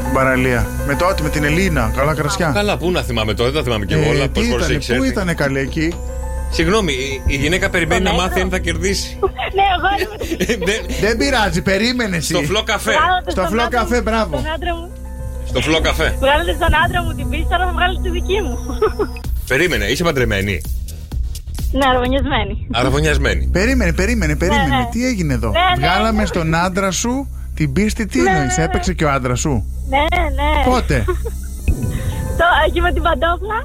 S4: Στην παραλία. Με τότε, με την Ελίνα. Καλά κρασιά.
S8: Καλά, πού να θυμάμαι τώρα, δεν τα θυμάμαι και εγώ
S4: Ε,
S8: όλα.
S4: τι
S8: πώς φορές
S4: ήτανε,
S8: έχεις
S4: πού
S8: έρθει.
S4: ήταν καλή εκεί.
S8: Συγγνώμη, η- η γυναίκα περιμένει να μάθει αν θα κερδίσει.
S9: Ναι, εγώ είμαι.
S8: Δεν-
S4: Δεν πειράζει, περίμενε εσύ.
S8: Στο φλό καφέ.
S9: Βγάλατε
S4: Στο
S9: στον
S4: Flow
S9: άντρα
S4: Café,
S9: μου-
S4: μπράβο.
S9: Στον άντρα μου.
S8: Στο φλό καφέ.
S9: Βγάλετε στον άντρα μου την πίστα, τώρα θα βγάλετε τη δική μου.
S8: Περίμενε, είσαι παντρεμένη.
S9: Ναι, αρβωνιασμένη.
S8: Αραβωνιασμένη.
S4: Περίμενε, περίμενε, περίμενε.
S9: ναι.
S4: Τι έγινε εδώ.
S9: Ναι, ναι,
S4: Βγάλαμε
S9: ναι.
S4: στον άντρα σου την πίστη. Τι
S9: Ναι,
S4: εννοείς,
S9: ναι.
S4: έπαιξε και ο άντρας σου.
S9: Ναι, ναι.
S4: Πότε.
S9: Το, εκεί με την παντόφλα.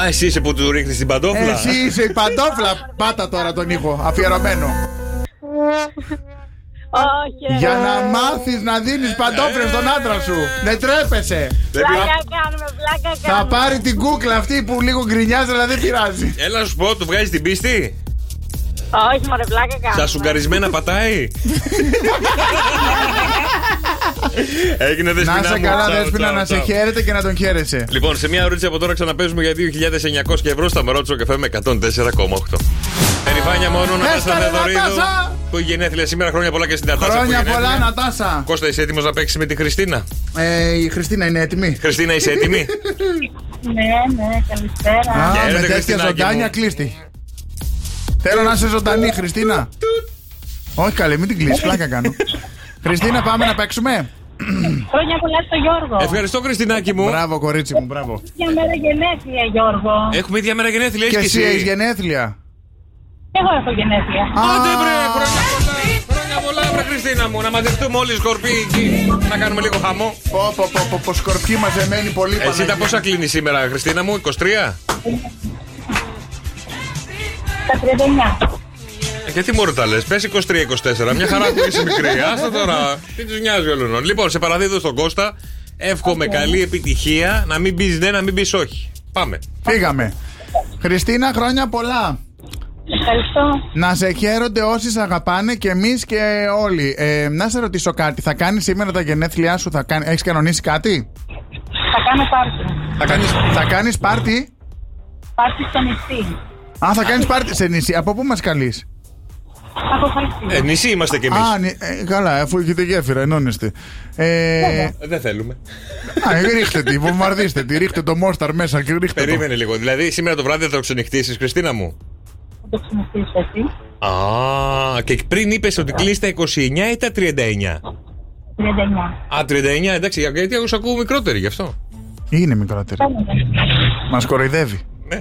S8: Α, εσύ είσαι που του ρίχνεις την παντόφλα.
S4: Εσύ είσαι η παντόφλα. Πάτα τώρα τον ήχο, αφιερωμένο.
S9: Όχι. ρε.
S4: Για να μάθεις να δίνεις παντόφλες στον άντρα σου. Δεν τρέπεσαι.
S8: Δεν
S9: Πλάκα
S8: πειρά-
S9: κάνουμε, πλάκα
S4: Θα
S9: κάνουμε.
S4: πάρει την κούκλα αυτή που λίγο γκρινιάζει, αλλά δεν πειράζει.
S8: Έλα να σου πω, του βγάζεις την πίστη.
S9: Όχι, μωρέ, πλάκα κάνουμε.
S8: Στα σουγκαρισμένα πατάει. Έγινε
S4: Να
S8: δεσπινά.
S4: είσαι
S8: μου.
S4: καλά,
S8: Τσάου,
S4: Δέσποινα,
S8: τσάου,
S4: να σε
S8: τσάου.
S4: χαίρετε και να τον χαίρεσαι.
S8: Λοιπόν, σε μια ώριτσα από τώρα ξαναπέζουμε για 2.900 ευρώ στα μερότσο καφέ με 104,8. Περιφάνεια μόνο να
S4: Έστω,
S8: πάσα
S4: ρε,
S8: Θεοδωρίδου
S4: Νατάσα!
S8: που έχει γενέθλια σήμερα χρόνια πολλά και στην Τατάσα. που
S4: Χρόνια
S8: έχει
S4: πολλά,
S8: γενέθλια.
S4: Νατάσα.
S8: Κώστα, είσαι έτοιμος να παίξεις με τη Χριστίνα.
S4: Ε, Η Χριστίνα είναι έτοιμη.
S8: Χριστίνα, είσαι έτοιμη.
S9: Ναι, ναι, καλησπέρα.
S4: Α,
S8: Χαίρετε,
S4: με τέτοια
S8: Χριστίνακι
S4: ζωντάνια
S8: μου.
S4: κλείστη. Θέλω να είσαι ζωντανή, Χριστίνα. Όχι καλέ, μην την κλείσεις, πλάκα κάνω. Χριστίνα, πάμε να παίξουμε.
S9: Χρόνια πολλά στο Γιώργο.
S8: Ευχαριστώ, Χριστινάκη μου.
S4: Μπράβο, κορίτσι μου, μπράβο.
S9: Για μέρα γενέθλια, Γιώργο.
S8: Έχουμε ίδια μέρα γενέθλια,
S4: Και
S8: έχεις
S4: εσύ
S8: και
S4: έχεις γενέθλια.
S9: Εγώ έχω γενέθλια.
S8: Άντε
S4: Α,
S8: Ε, βρε, χρόνια πολλά, χρόνια πολλά, βρε Χριστίνα μου. Να μαζευτούμε όλοι οι σκορποί εκεί, να κάνουμε λίγο χαμό.
S4: Πω, πω, πω, πω, πω σκορπιοί μαζεμένοι πολύ
S8: Εσύ τα
S4: Παναγία.
S8: πόσα κλείνεις σήμερα, Χριστίνα μου, 23.
S9: Τα 39.
S8: Ε, Γιατί μου τα λε, πε 23-24. Μια χαρά που είσαι μικρή. Άστα τώρα. Τι τους νοιάζει όλων. Λοιπόν, σε παραδίδω στον Κώστα. Εύχομαι καλή επιτυχία. Να μην πεις ναι, να μην πεις όχι. Πάμε.
S4: Φύγαμε. Χριστίνα, χρόνια πολλά.
S9: Ευχαριστώ.
S4: Να σε χαίρονται όσοι σε αγαπάνε και εμείς και όλοι. Ε, να σε ρωτήσω κάτι. Θα κάνεις σήμερα τα γενέθλιά σου, θα κάνει... έχεις κανονίσει κάτι.
S9: Θα κάνω πάρτι.
S4: Θα κάνεις θα κάνεις πάρτι.
S9: Πάρτι στο νησί.
S4: Α, θα κάνεις πάρτι σε νησί. Από πού μας καλείς.
S9: Από Χαλκίδα.
S8: Ε, νησί είμαστε κι εμείς.
S4: Α, νη- ε, καλά, αφού έχετε γέφυρα, ενώνεστε. Ε,
S8: Δεν θέλουμε.
S4: α, ε, ρίχτε τη, βομβαρδίστε τη, ρίχτε το μόσταρ μέσα και ρίχτε το.
S8: Περίμενε λίγο. Δηλαδή, σήμερα το βράδυ θα το ξενυχτήσεις, Χριστίνα μου.
S9: Θα το ξενιστείς εσύ.
S8: Α, και πριν είπες ότι κλείσει τα 29 ή τα 39.
S9: 39.
S8: Α, 39, εντάξει, γιατί εγώ σου ακούω μικρότερη γι' αυτό.
S4: Είναι μικρότερη. Μας κοροϊδεύει.
S8: Ναι.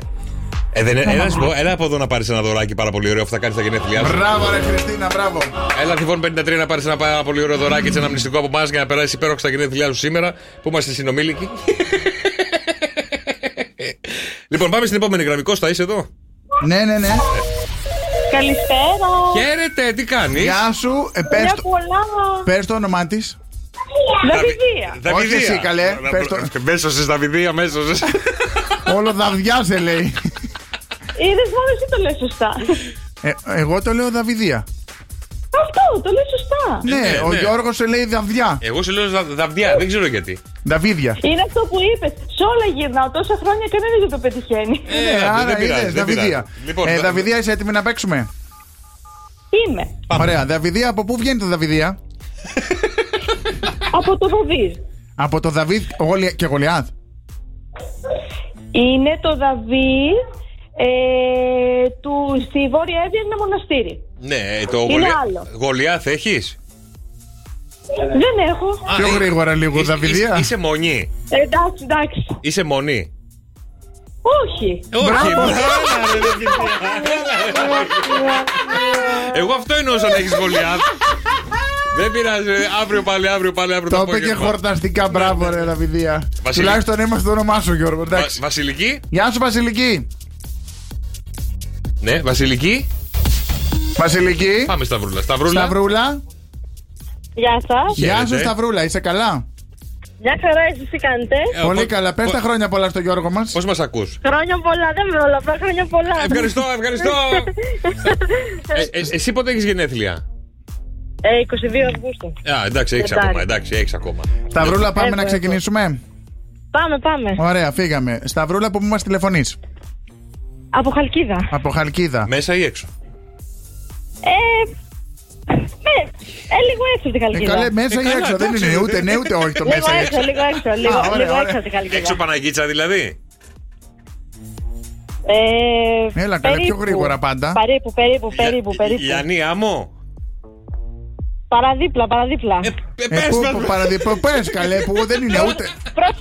S8: Ε, δεν, έλα, να σου πω, έλα από εδώ να πάρεις ένα δωράκι πάρα πολύ ωραίο που θα κάνει τα γενέθλιά σου.
S4: Μπράβο, ρε Χριστίνα, μπράβο.
S8: Έλα Θηβών 53 να πάρεις ένα πάρα πολύ ωραίο δωράκι, έτσι ένα μνηστικό από εμάς για να περάσεις υπέροχα στα γενέθλιά σου σήμερα που είμαστε συνομήλικοι. λοιπόν, πάμε στην επόμενη γραμμή. Κώστα, είσαι εδώ.
S4: Ναι, ναι, ναι.
S9: Καλησπέρα.
S8: Χαίρετε, τι κάνεις.
S4: Γεια σου, ε, πες
S9: Μια
S4: το-
S9: πολλά.
S4: πες το όνομά της.
S9: Δαβιδία.
S4: Όχι εσύ, καλέ. Πες το.
S8: Μέσωσε, Δαβιδία, μέσωσε.
S4: Όλο δαβδιά σε λέει.
S9: Είδες μόνο εσύ το λες σωστά.
S4: Ε, εγώ το λέω Δαβιδία.
S9: Αυτό, το λες σωστά.
S4: Ναι,
S8: ναι,
S4: ο
S8: ναι. Ε.
S4: Γιώργος σε λέει Δαβδιά.
S8: Εγώ σου λέω δα- Δαβδιά, δεν ξέρω γιατί.
S4: Δαβίδια.
S8: Ε,
S9: Είναι αυτό που είπες. Σε όλα γυρνάω τόσα χρόνια κανένα δεν το πετυχαίνει.
S4: Ε,
S8: άντε,
S4: άρα είδε, Δαβιδία.
S8: πειράζει. Λοιπόν,
S4: Ε,
S8: δα-
S4: Δαβιδία, είσαι έτοιμη να παίξουμε.
S9: Είμαι.
S4: Ωραία, Δαβιδία, από πού βγαίνει το Δαβιδία?
S9: Από το Δαβίδ.
S4: Από το Δαβίδ Γολια- και Γολιάθ.
S9: Είναι το Δαβίδ ε, του, στη Βόρεια Εύβοια είναι ένα μοναστήρι.
S8: Ναι, το
S9: άλλο.
S8: Γολιάθ έχεις.
S9: Δεν έχω. Ε,
S4: Πιο γρήγορα λίγο, Δαβιδία.
S8: ε, Είσαι μονή.
S9: Εντάξει, εντάξει.
S8: Είσαι μονή.
S9: Όχι.
S8: Ε, Όχι, μπράβο, ρε, Δαβιδία. Έλα, ρε. Εγώ αυτό εννοούσα να έχει Γολιάθ. Δεν πειράζει, ρε. αύριο πάλι, αύριο πάλι, αύριο
S4: Το είπε και
S8: απόγευμα. Ναι,
S4: χορταστικά, μπράβο ρε Δαβιδία.
S8: Βασίλη.
S4: Τουλάχιστον είμαστε το όνομά σου Γιώργο,
S8: Βα-
S4: εντάξει.
S8: Βασιλική.
S4: Γεια σου Βασιλική.
S8: Ναι, Βασιλική.
S4: Βασιλική,
S8: Πάμε Σταυρούλα. Σταυρούλα.
S4: Σταυρούλα.
S9: Γεια σας.
S4: Γεια σου
S8: Χαίρετε.
S4: Σταυρούλα, είσαι καλά.
S9: Μια χαρά εσείς τι κάνετε.
S8: Ε,
S4: Πολύ
S8: πο-
S4: καλά, πες
S8: πο-
S4: τα χρόνια πολλά στο Γιώργο μας.
S8: Πώς μας ακούς.
S9: Χρόνια πολλά, δεν με όλα αυτά, χρόνια πολλά.
S8: Ευχαριστώ, ευχαριστώ. Ε, ε, εσύ πότε έχεις γενέθλια.
S9: Ε, 22 Αυγούστου.
S8: Α, εντάξει, έχεις
S9: Εντάξει.
S8: ακόμα, εντάξει, έχεις ακόμα.
S4: Σταυρούλα πάμε
S9: Έχω,
S4: να
S9: έχω.
S4: ξεκινήσουμε.
S9: Πάμε, πάμε.
S4: Ωραία, φύγαμε. Σταυρούλα από πού μας τηλεφωνείς.
S9: Από Χαλκίδα.
S4: Από Χαλκίδα.
S8: Μέσα ή έξω.
S9: Ε, ε, ε, λίγο έξω από τη
S4: Ε,
S9: Χαλκίδα.
S4: καλέ, μέσα ή
S8: καλά,
S4: έξω. Δεν
S8: εντάξει, Ε,
S4: είναι ούτε
S8: δεν-
S4: ναι, ούτε όχι το
S9: Λίγο
S4: μέσα ή
S9: έξω,
S4: έξω.
S9: λίγο έξω, λίγο,
S4: Α, ωραία,
S9: λίγο
S4: ωραία.
S9: έξω από τη Χαλκίδα.
S8: Έξω Παναγίτσα δηλαδή.
S9: Ε,
S4: Έλα, καλέ, πιο
S9: περίπου.
S4: γρήγορα πάντα.
S9: Περίπου, περίπου, περίπου, περίπου.
S8: Γιάννη Άμμο.
S9: Παραδίπλα, παραδίπλα.
S8: Ε, ε,
S4: Ε,
S8: πες,
S4: πού-
S8: πες,
S4: πού-
S8: πες.
S4: παραδείπω, πες καλέ, που δεν είναι ούτε. Ε,
S9: Προς,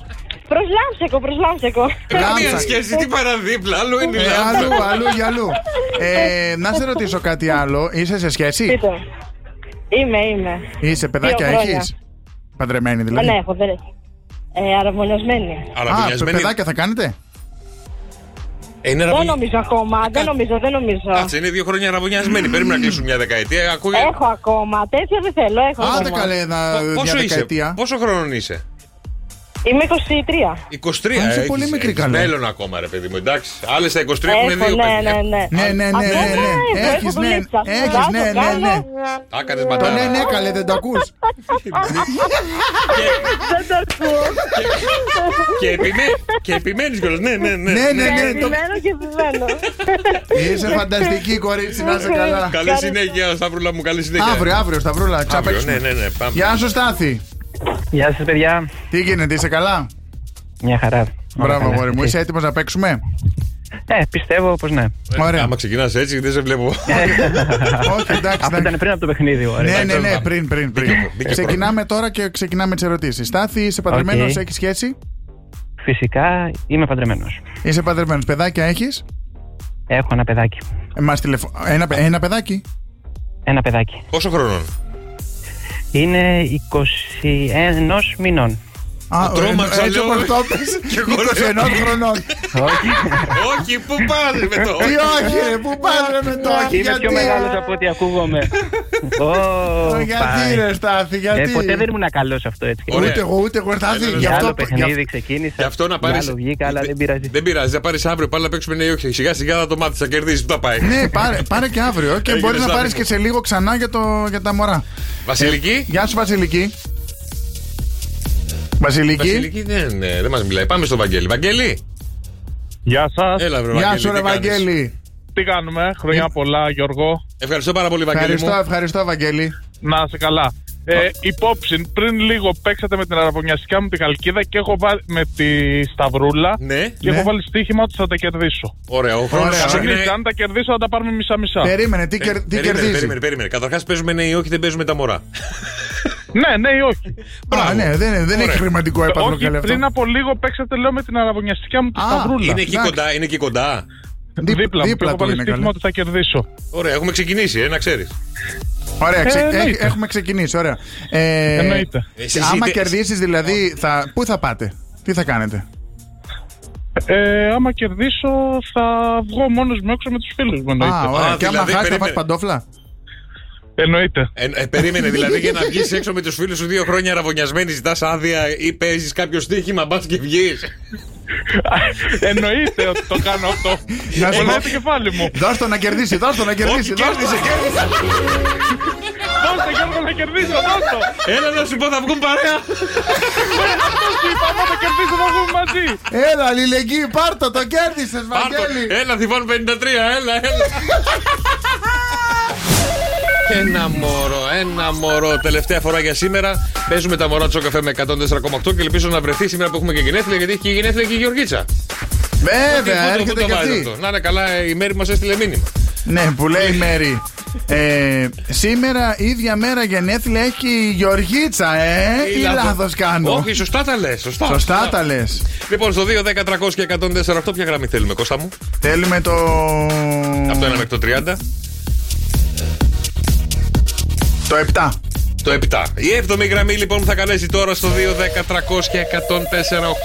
S9: προς Λάμψεκο, προς Λάμψεκο.
S8: Καμία
S4: Λάμψα.
S8: σχέση, τι παραδίπλα, άλλο είναι η
S4: Ε,
S8: Λάμψα.
S4: αλλού, αλλού, για αλλού. Ε, να σε ρωτήσω κάτι άλλο. Είσαι σε σχέση,
S9: Πείτε. Είμαι, είμαι.
S4: είσαι παιδάκια,
S9: Δύο χρόνια. ναι.
S4: έχει. Παντρεμένη δηλαδή.
S9: Δεν έχω, δεν έχω. Ε, αραβωνιασμένη.
S4: Α, παι-
S8: Αραβωνιασμένη.
S4: παιδάκια θα κάνετε.
S8: Ε, Είναι
S9: Δεν
S8: αραβωνιασμένη.
S9: νομίζω
S4: Ε,
S9: ακόμα, δεν νομίζω, δεν νομίζω.
S8: Κάτσε, είναι δύο χρόνια αραβωνιασμένη. Πρέπει να κλείσουν μια δεκαετία. Ακούγε-
S9: Έχω ακόμα, τέτοια δεν θέλω, έχω
S4: ε, Άντε
S9: ακόμα.
S4: καλέ, να
S8: Πο-
S4: Ε, μια
S8: Πόσο είσαι,
S4: δεκαετία.
S8: πόσο χρόνων είσαι.
S9: Είμαι 23.
S8: 23.
S4: Α, είσαι
S8: έχεις-
S4: πολύ μικρή,
S8: έχεις
S4: καλέ.
S8: Μέλλον ακόμα, ρε παιδί μου, εντάξει. Άλλες τα 23 έχουν
S9: Έχω,
S8: δύο
S9: ναι, ναι,
S8: παιδιά.
S9: ναι.
S4: Ναι, ναι, ναι, ναι,
S9: Ακόμα
S4: ναι.
S9: έχω, έχω
S4: Έχεις, ναι,
S9: δουλέψει, αυτό
S4: έχεις,
S9: κάνω,
S4: ναι, ναι, ναι.
S9: κάνω.
S8: Τα έκανες
S4: Το
S8: πατέρα.
S4: ναι, ναι, καλέ, δεν το ακούς.
S9: Δεν το ακούω.
S8: Και, επιμέ... και επιμένεις κιόλας. Ναι, ναι, ναι.
S4: Ναι, ναι, ναι. το-
S9: Επιμένω και επιμένω.
S4: Είσαι φανταστική κορίτσι, να είσαι καλά.
S8: Καλή συνέχεια, Σταυρούλα μου, καλή συνέχεια.
S4: Αύριο, αύριο, Σταυρούλα,
S8: Αύριο, ναι,
S4: ξαπέξουμε.
S8: ναι, ναι. Πάμε.
S4: Γεια σου, Στάθη.
S7: Γεια σας παιδιά.
S4: Τι γίνεται, είσαι καλά.
S7: Μια χαρά.
S4: Μπράβο,
S7: ναι.
S4: αγόρι μου, είσαι έτοιμος να παίξουμε.
S7: Ε, πιστεύω πως ναι. Ε,
S8: Ε,
S4: Ωραία.
S8: Άμα ξεκινάς έτσι, δεν σε βλέπω.
S4: ε, Όχι, εντάξει.
S7: Αυτό
S4: εντάξει.
S7: ήταν πριν από το παιχνίδι, ωραία.
S4: ε, Ναι, ναι, ναι, πριν, πριν, πριν.
S8: μπήκε
S4: Ξεκινάμε τώρα και ξεκινάμε τις ερωτήσεις. Στάθη, είσαι παντρεμένο,
S7: Οκ.
S4: έχεις σχέση.
S7: Φυσικά είμαι παντρεμένος.
S4: Είσαι παντρεμένος. Παιδάκια έχεις.
S7: Έχω ένα παιδάκι.
S4: Ένα, παι- ένα παιδάκι.
S7: Ένα παιδάκι.
S8: Πόσο χρόνων.
S7: Είναι 21 μηνών.
S4: Α,
S8: Το τρόμαξα,
S4: ε, έτσι
S8: λέω.
S4: όπως το έπες,
S8: Κι εγώ,
S4: 21 χρονών.
S7: Όχι,
S8: Όχι, πού πα με το.
S4: Τι όχι, ρε, πού πας ρε, με το όχι.
S7: είμαι πιο
S4: γιατί,
S7: μεγάλος από ό,τι ακούγομαι. Ω,
S4: ε, Γιατί
S7: πάει.
S4: ρε, Στάθη,
S7: Ε,
S4: γιατί.
S7: ποτέ δεν ήμουν καλός σε αυτό έτσι.
S8: Ωραία.
S4: Ούτε εγώ, ούτε εγώ, Στάθη.
S8: Ένα
S4: Γι'
S7: Για
S4: αυτό.
S7: άλλο
S4: γι' αυτό-
S7: παιχνίδι ξεκίνησα.
S8: Γι' αυτό να
S7: για
S8: πάρεις.
S7: Άλλο βγήκα, αλλά δεν πειράζει.
S8: Δεν πειράζει, να πάρεις αύριο πάλι να παίξουμε ναι ή όχι. Σιγά σιγά θα το μάθεις, θα κερδίσεις που τα πάει.
S4: Ναι, πάρε, πάρε και αύριο και
S8: Έγινε,
S4: μπορείς να
S8: Στάθη
S4: πάρεις
S8: μου.
S4: και σε λίγο ξανά για, το, για τα μωρά.
S8: Βασιλική.
S4: Γεια σου, Βασιλική. Βασιλική.
S8: Βασιλική δεν, ναι, δεν μας μιλάει. Πάμε στο Βαγγέλη. Βαγγέλη,
S7: Γεια σας.
S8: έλα, βρε
S4: Γεια
S8: Βαγγέλη,
S4: σου,
S8: τι
S4: ρε
S8: κάνεις?
S4: Βαγγέλη.
S7: Τι κάνουμε,
S4: Ε.
S7: χρόνια πολλά, Γιώργο.
S8: Ευχαριστώ πάρα πολύ, Βαγγέλη.
S4: Ευχαριστώ,
S8: Μου.
S4: ευχαριστώ, Βαγγέλη.
S7: Να σε καλά.
S8: Ε,
S7: υπόψη, πριν λίγο παίξατε με την αραβωνιαστικά μου τη Χαλκίδα και έχω βάλει με τη Σταυρούλα.
S8: Ναι,
S7: Και
S4: Ναι. Ε.
S7: έχω βάλει στοίχημα ότι θα τα κερδίσω.
S8: ωραίο. Ο χρόνος σου
S4: Ωραία, ωραία.
S8: ξεκινάει.
S7: Ξεκινήστε, αν τα κερδίσω θα τα πάρουμε μισά-μισά.
S4: Ε. Περίμενε, τι, κερ- τι
S8: Ε, Περίμενε,
S4: κερδίζεις.
S8: Περίμενε, περίμενε. Καταρχάς παίζουμε ναι ή όχι, δεν παίζουμε τα μωρά.
S7: Ναι, ναι ή όχι.
S8: Μπράβο.
S4: Α, ναι, δεν, δεν
S8: Ωραία.
S4: έχει χρηματικό έπαθλο
S7: όχι,
S4: καλέ αυτό.
S7: πριν από λίγο παίξατε, λέω, με την αραβωνιαστικά μου τη
S4: Α,
S7: Σταυρούλα.
S8: Είναι εκεί
S4: Εντάξει.
S8: κοντά, είναι εκεί κοντά.
S4: Δίπλα-
S7: Δίπλα, μου.
S4: δίπλα
S7: και έχω
S4: του
S7: βάλει
S4: είναι
S7: στοίχημα
S4: καλά.
S7: ότι θα κερδίσω.
S8: Ωραία, έχουμε ξεκινήσει, ε, να ξέρεις.
S4: Ωραία, ξε-
S7: Ε,
S4: έχ-
S7: εννοείται.
S4: έχουμε ξεκινήσει, ωραία. Ε,
S7: Εννοείται.
S4: Άμα κερδίσεις, δηλαδή, θα, πού θα πάτε, τι θα κάνετε.
S7: Ε, άμα κερδίσω, θα βγω μόνος μου έξω με τους φίλους μου. Εννοείται.
S4: Α, ωραία.
S8: Α,
S4: και άμα
S8: δηλαδή,
S4: χάσει, θα
S8: περίμενε.
S4: φας παντόφλα.
S7: εννοείται.
S8: Ε, ε, περίμενε, δηλαδή για να βγεις έξω με τους φίλους σου δύο χρόνια αραβωνιασμένη, ζητάς άδεια ή παίζεις κάποιο στοίχημα, μπας και βγεις.
S7: εννοείται ότι το κάνω αυτό.
S8: Ε,
S4: Να σου
S7: Κολλάει
S4: πω-
S7: το κεφάλι μου.
S4: Δώσ' το να κερδίσει, δώσ' το να κερδίσει.
S8: Όχι,
S4: δώσ' το.
S8: κέρδισε, κέρδισε.
S7: Δώστε Γιώργο να κερδίσω, δώστε.
S8: Έλα να σου πω, θα βγουν παρέα.
S7: Πάμε να κερδίσω, θα βγούμε μαζί.
S4: Έλα, αλληλεγγύη, πάρτο, το κέρδισες,
S8: Πάρ'
S4: Βαγγέλη.
S8: το. Έλα, θυβόν 53, έλα, έλα. Ένα μωρό, ένα μωρό. Τελευταία φορά για σήμερα. Παίζουμε τα μωρά τσόκαφέ με 104,8 και ελπίζω να βρεθεί σήμερα που έχουμε και γενέθλια, γιατί έχει και γενέθλια και η Γεωργίτσα.
S4: Βέβαια,
S8: Πού το- πού
S4: έρχεται
S8: το
S4: και
S8: βάζει
S4: αυτή.
S8: αυτό. Να είναι καλά, η μέρη μας έστειλε μήνυμα.
S4: Ναι, που λέει η Μέρη. Ε, σήμερα, ίδια μέρα γενέθλια έχει η Γεωργίτσα, ε!
S8: Ή
S4: Ή
S8: λάθος.
S4: λάθος κάνω.
S8: Όχι, σωστά τα λες. Σωστά.
S4: Σωστά τα λες.
S8: Λοιπόν, στο 2, 10, 300 και 148, ποια γραμμή θέλουμε, Κώστα μου.
S4: Θέλουμε το. Ε.
S8: Από το 1 μέχρι το 30.
S4: Το 7.
S8: Το 7. Η 7η γραμμή λοιπόν που θα καλέσει τώρα στο 2, 10, 300 και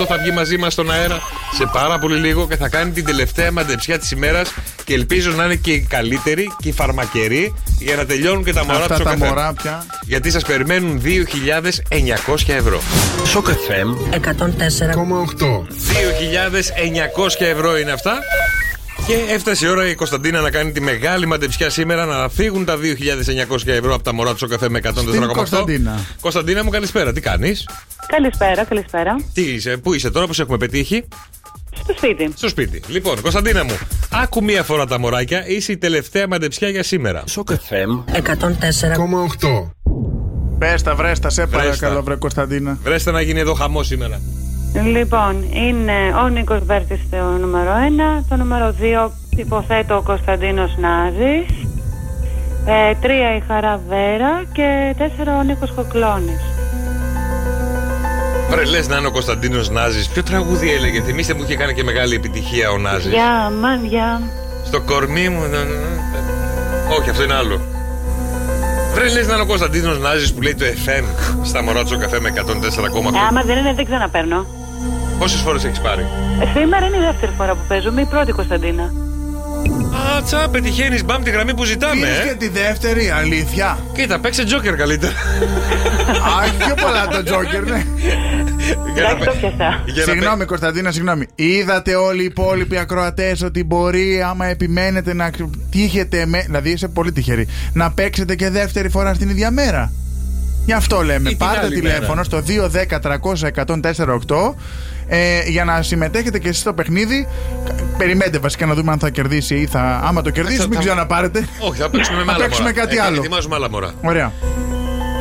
S8: 148 θα βγει μαζί μας στον αέρα σε πάρα πολύ λίγο και θα κάνει την τελευταία μαντεψιά της ημέρας και ελπίζω να είναι και οι καλύτεροι και οι φαρμακεροί για να τελειώνουν και τα μωρά
S4: Αυτά
S8: του
S4: τα
S8: ο καθένας.
S4: μωρά πια.
S8: Γιατί σας περιμένουν 2.900 ευρώ.
S3: Shock FM
S10: 104.
S8: 2.900 ευρώ είναι αυτά. Και έφτασε η ώρα η Κωνσταντίνα να κάνει τη μεγάλη μαντεψιά σήμερα να φύγουν τα 2.900 ευρώ από τα μωρά του καφέ με 104,8.
S4: Κωνσταντίνα.
S8: Κωνσταντίνα μου, καλησπέρα. Τι κάνεις,
S5: Καλησπέρα, καλησπέρα.
S8: τι είσαι, πού είσαι τώρα, πώς έχουμε πετύχει.
S5: Στο σπίτι.
S8: Στο σπίτι. Λοιπόν, Κωνσταντίνα μου, άκου μία φορά τα μωράκια, είσαι η τελευταία μαντεψιά για σήμερα.
S3: Shock FM
S11: Ε,
S10: 104.
S4: Πες τα, βρες τα, σε
S8: τα.
S4: παρακαλώ, βρε Κωνσταντίνα.
S8: Βρέστε να γίνει εδώ χαμό σήμερα.
S5: Λοιπόν, είναι ο Νίκος Βέρτη το νούμερο 1. Το νούμερο 2 υποθέτω ο Κωνσταντίνος Νάζης. Ε, τρία η Χαρά Βέρα και τέσσερα ο Νίκος Κοκλώνης.
S8: Βρε, λες να είναι ο Κωνσταντίνος Νάζης. Ποιο τραγούδι έλεγε, θυμίστε μου, είχε κάνει και μεγάλη επιτυχία ο Νάζης.
S5: Γεια, μαν, γεια.
S8: Στο κορμί μου. να- να- να- Όχι, αυτό είναι άλλο. Βρε, λες να είναι ο Κωνσταντίνος Νάζης που λέει το FM στα μωρά του καφέ με 104,8.
S5: Ε, άμα δεν είναι, δεν ξαναπέρνω.
S8: Πόσες φορές έχεις πάρει.
S5: Ε, Σήμερα είναι η δεύτερη φορά που παίζουμε, η πρώτη Κωνσταντίνα.
S8: Α, τσα, πετυχαίνεις μπαμ τη γραμμή που ζητάμε,
S4: Πήρες και
S8: ε.
S4: τη δεύτερη, αλήθεια.
S8: Κοίτα, παίξε τζόκερ καλύτερα.
S4: Αχ, πιο πολλά το Τζόκερ, ναι.
S8: Για να
S5: Εντάξει, το
S8: πε-
S5: πιάσα.
S8: για να πε-
S4: Συγγνώμη, Κωνσταντίνα, συγγνώμη. Είδατε όλοι οι υπόλοιποι ακροατές ότι μπορεί, άμα επιμένετε να τύχετε. Με... Δηλαδή, είσαι πολύ τυχερή. Να παίξετε και δεύτερη φορά στην ίδια μέρα. Γι' αυτό λέμε.
S8: την
S4: Πάρτε
S8: άλλη
S4: τηλέφωνο
S8: μέρα.
S4: στο 210-300-1048 ε, για να συμμετέχετε και εσείς στο παιχνίδι. Περιμένετε βασικά να δούμε αν θα κερδίσει ή θα. Άμα το κερδίσει,
S8: θα-
S4: μην
S8: θα-
S4: ξαναπάρετε.
S8: Όχι, θα παίξουμε με
S4: Θα
S8: άλλα
S4: παίξουμε
S8: μωρά.
S4: κάτι
S8: Ε,
S4: άλλο.
S8: Ετοιμάζουμε άλλα μωρά.
S4: Ωραία.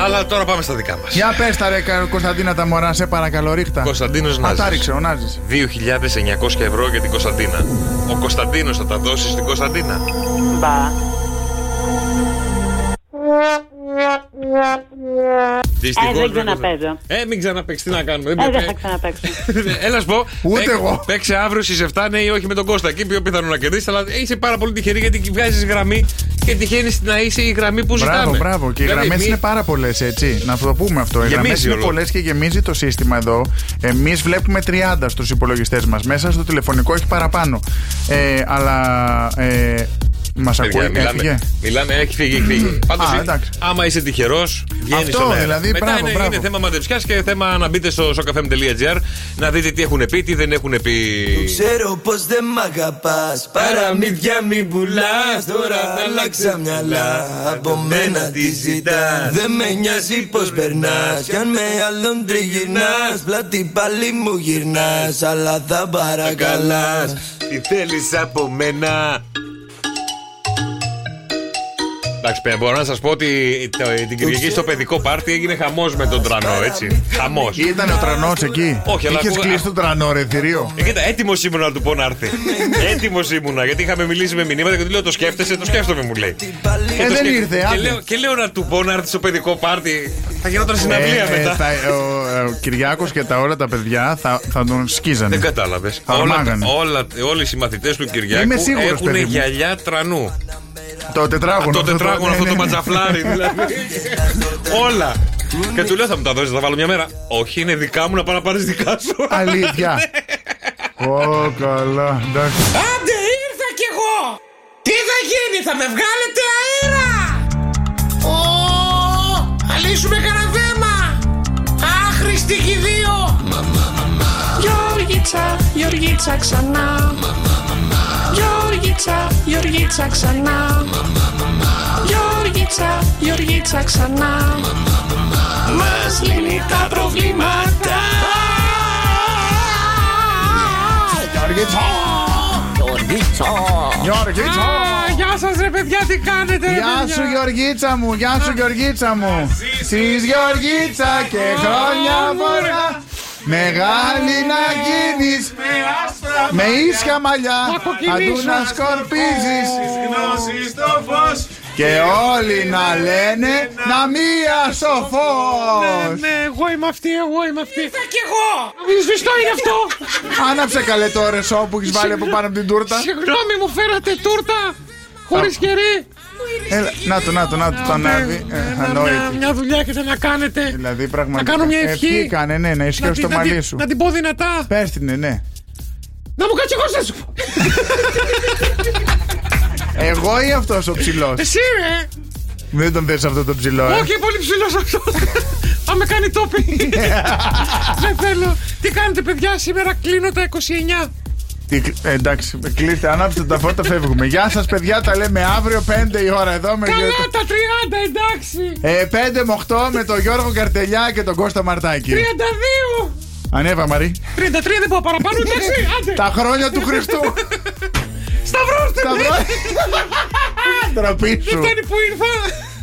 S8: Αλλά τώρα πάμε στα δικά μας.
S4: Για πες τα ρε Κωνσταντίνα τα μωρά, σε παρακαλώ, ρίχτα.
S8: Κωνσταντίνος
S4: Α, τα
S8: Νάζη.
S4: ρίξε, ο Νάζης.
S8: 2.900 ευρώ για την Κωνσταντίνα. Ο Κωνσταντίνος θα τα δώσει στην Κωνσταντίνα.
S5: Μπα.
S8: Δυστυχώς,
S5: Ε, δεν
S8: ρε,
S5: ξαναπαίζω.
S8: Κωνσταντίνα. Ε, μην ξαναπέξει, τι να κάνουμε.
S5: Ε,
S8: πια-
S5: δεν θα ξαναπέξω.
S8: Έλα σου πω.
S4: Ούτε
S8: παί-
S4: εγώ.
S8: Παίξε αύριο στις 7, ναι ή όχι με τον Κώστα. Εκεί πιο πιθανό να κερδίσεις, αλλά είσαι πάρα πολύ τυχερή γιατί βγάζεις γραμμή και τυχαίνει να είσαι η γραμμή που ζητάμε.
S4: Μπράβο, μπράβο. Και οι
S8: Δηλαδή,
S4: γραμμές
S8: μη-
S4: είναι πάρα πολλές, έτσι. Να το πούμε αυτό. Οι
S8: Γεμίζει
S4: γραμμές είναι
S8: όλο.
S4: πολλές και γεμίζει το σύστημα εδώ. Εμείς βλέπουμε 30 στους υπολογιστές μας. Μέσα στο τηλεφωνικό έχει παραπάνω. Ε, αλλά. Ε, Μας
S8: Παιδιά,
S4: ακούει,
S8: μιλάμε,
S4: έφυγε.
S8: μιλάμε, έχει φύγει, έχει φύγει. Πάντω,
S4: Α, εντάξει.
S8: άμα είσαι τυχερός, βγαίνεις
S4: Αυτό,
S8: στον αέρα.
S4: δηλαδή,
S8: Μετά
S4: μπράβο,
S8: είναι,
S4: μπράβο.
S8: είναι θέμα μαντεψιάς και θέμα να μπείτε στο sokafem.gr να δείτε τι έχουν πει, τι δεν έχουν πει.
S3: Ξέρω πως δεν μ' αγαπάς Παραμύθια μην πουλάς Τώρα θα αλλάξα μυαλά Από μένα τι ζητάς Δεν με νοιάζει πως περνάς Κι αν με άλλον τριγυρνάς Πλάτη πάλι μου γυρνάς Αλλά θα παρακαλάς
S8: Τι θέλεις από μένα. Εντάξει, παι- μπορώ να σας πω ότι το- την Κυριακή στο παιδικό πάρτι έγινε χαμός με τον τρανό, έτσι. Χαμός.
S4: Ήταν ο τρανός εκεί.
S8: Όχι, αλλά
S4: Είχες
S8: ακούγα-
S4: κλείσει τον τρανό, ρε θηρίο.
S8: Ε, κοίτα, έτοιμος ήμουν να του πω να έρθει.
S4: Ναι.
S8: έτοιμος ήμουνα, γιατί είχαμε μιλήσει με μηνύματα και του λέω: Το σκέφτεσαι, το σκέφτομαι, μου λέει. Και
S4: Ε,
S8: το
S4: δεν
S8: σκέφτομαι.
S4: ήρθε,
S8: Και
S4: άντε. Ναι,
S8: λέω- Και λέω να του πω να έρθει στο παιδικό πάρτι. Θα γινόταν συναυλία μετά.
S4: τα- Ε, ο ο Κυριάκος και τα όλα τα παιδιά θα, θα τον σκίζανε.
S8: Δεν κατάλαβες.
S4: Θα ορμάγανε.
S8: όλα, όλοι οι συμμαθητές του Κυριάκου
S4: Είμαι σίγουρος,
S8: έχουν
S4: παιδί μου.
S8: γυαλιά τρανού.
S4: Το τετράγωνο.
S8: το τετράγωνο
S4: ναι,
S8: αυτό το
S4: ναι, ναι.
S8: ματζαφλάρι, δηλαδή. Όλα. Και του λέω θα μου τα δώσεις, θα τα βάλω μια μέρα. Όχι, είναι δικά μου να πάω να πάρεις δικά σου. Ναι.
S4: Αλήθεια. Ω, καλά. Εντάξει.
S11: Άντε ήρθα κι εγώ! Τι θα γίνει, θα με βγάλετε αέρα! Ω, θα λύσουμε κανένα θέμα! Άχρηστη κι οι δύο! Γιώργιτσα, Γιώργιτσα ξανά Γιώργιτσα, Γιώργιτσα ξανά Γιώργιτσα, Γιώργιτσα ξανά Μας λύνει τα προβλήματα
S4: Γιώργιτσα! Γιώργιτσα!
S11: Ε, Γεια σας ρε παιδιά, τι κάνετε ρε
S4: Γεια
S11: παιδιά.
S4: σου Γεωργίτσα μου, γεια σου Γεωργίτσα μου Της Γεωργίτσα και χρόνια πολλά Μεγάλη να γίνεις Με ίσια μαλλιά Αντού να σκορπίζεις
S12: γνώσεις το φως
S4: Και όλοι να λένε να μία σοφός
S11: Ναι, εγώ είμαι αυτή, εγώ είμαι αυτή. Ήρθα κι εγώ! Σβηστό είναι αυτό!
S4: Άναψε καλέ το ρεσό που έχεις βάλει από πάνω από την τούρτα
S11: Συγγνώμη, μου φέρατε τούρτα! Χωρίς κερί!
S4: Έλα, να το, να το, να το, το ανάβει Ε,
S11: Μια,
S4: Ανόητη
S11: μια δουλειά έχετε να κάνετε.
S4: Δηλαδή πραγματικά
S11: Να κάνω μια ευχή.
S4: Ευχή κάνε, ναι, να
S11: Να
S4: ισχύω
S11: τη- να
S4: το
S11: τη-
S4: μαλλί σου
S11: Να την πω δυνατά.
S4: Πες την, ναι, ναι
S11: Να μου κάτσει εγώ σου.
S4: Εγώ ή αυτός ο ψηλός.
S11: Εσύ ρε!
S4: Δεν τον θες αυτό το ψηλό, ε.
S11: Όχι, πολύ ψηλός αυτός. Θα με κάνει τόπι. Δεν θέλω. Τι κάνετε, παιδιά, σήμερα κλείνω τα 29.
S4: Τι κλ- ε, Εντάξει, κλείστε, ανάψτε τα φώτα, φεύγουμε. Γεια σας, παιδιά, τα λέμε αύριο 5 η ώρα εδώ με
S11: Καλά
S4: Γιώργο-
S11: τα 30, εντάξει.
S4: ε, 5 με 8 με τον Γιώργο Καρτελιά και τον Κώστα Μαρτάκη.
S11: 32.
S4: Ανέβα, Μαρή.
S11: 33 δεν πάω παραπάνω, εντάξει, άντε.
S4: Τα χρόνια του Χριστού.
S11: Σταυρώστε
S4: Τα
S11: με.
S4: βρω- Ντροπή
S11: Δεν
S4: σου.
S11: φτάνει που ήρθα.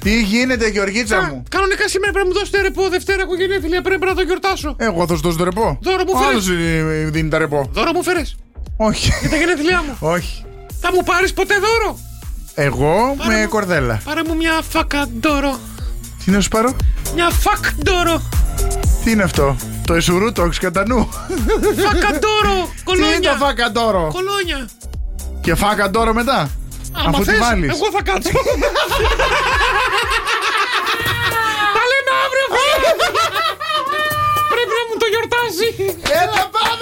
S4: Τι γίνεται, Γεωργίτσα μου.
S11: Κανονικά σήμερα πρέπει να μου δώσετε ρεπό, Δευτέρα έχω γενέθλια, πρέπει να το γιορτάσω.
S4: Εγώ θα σου δώσω το ρεπό.
S11: Δώρο μου
S4: Ο
S11: φέρες.
S4: άλλος, ε, ε, δίνει τα ρεπό.
S11: Δώρο μου φέρες.
S4: Όχι.
S11: Για τα γενέθλιά μου.
S4: Όχι.
S11: Θα μου πάρεις ποτέ δώρο.
S4: Εγώ με κορδέλα.
S11: Πάρε μου μια φακαντόρο.
S4: Τι να σου πάρω.
S11: Μια φακντόρο.
S4: Τι είναι αυτό. Το εσουρού το έχεις κατά νου.
S11: Φακαντόρο.
S4: Τι είναι το
S11: Κολόνια.
S4: φακαντόρο.
S11: Κολόνια.
S4: Και φάκα τώρα μετά.
S11: Άμα
S4: Αφού τη
S11: θες,
S4: βάλεις.
S11: εγώ θα κάτσω. Τα λέμε αύριο, φίλε. Πρέπει να μου το γιορτάσει.
S4: Έλα, πάμε!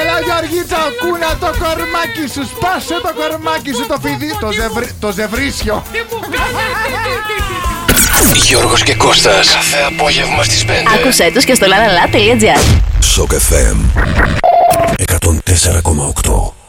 S4: Έλα Γιώργιτσα, κούνα το κορμάκι σου, σπάσε το κορμάκι σου, το φιδί, το, ζευρι, το ζευρίσιο.
S1: Γιώργος και Κώστας. Κάθε απόγευμα στις 5.
S13: Άκουσέ τους και στο lalala.gr
S14: Σοκ FM 104,8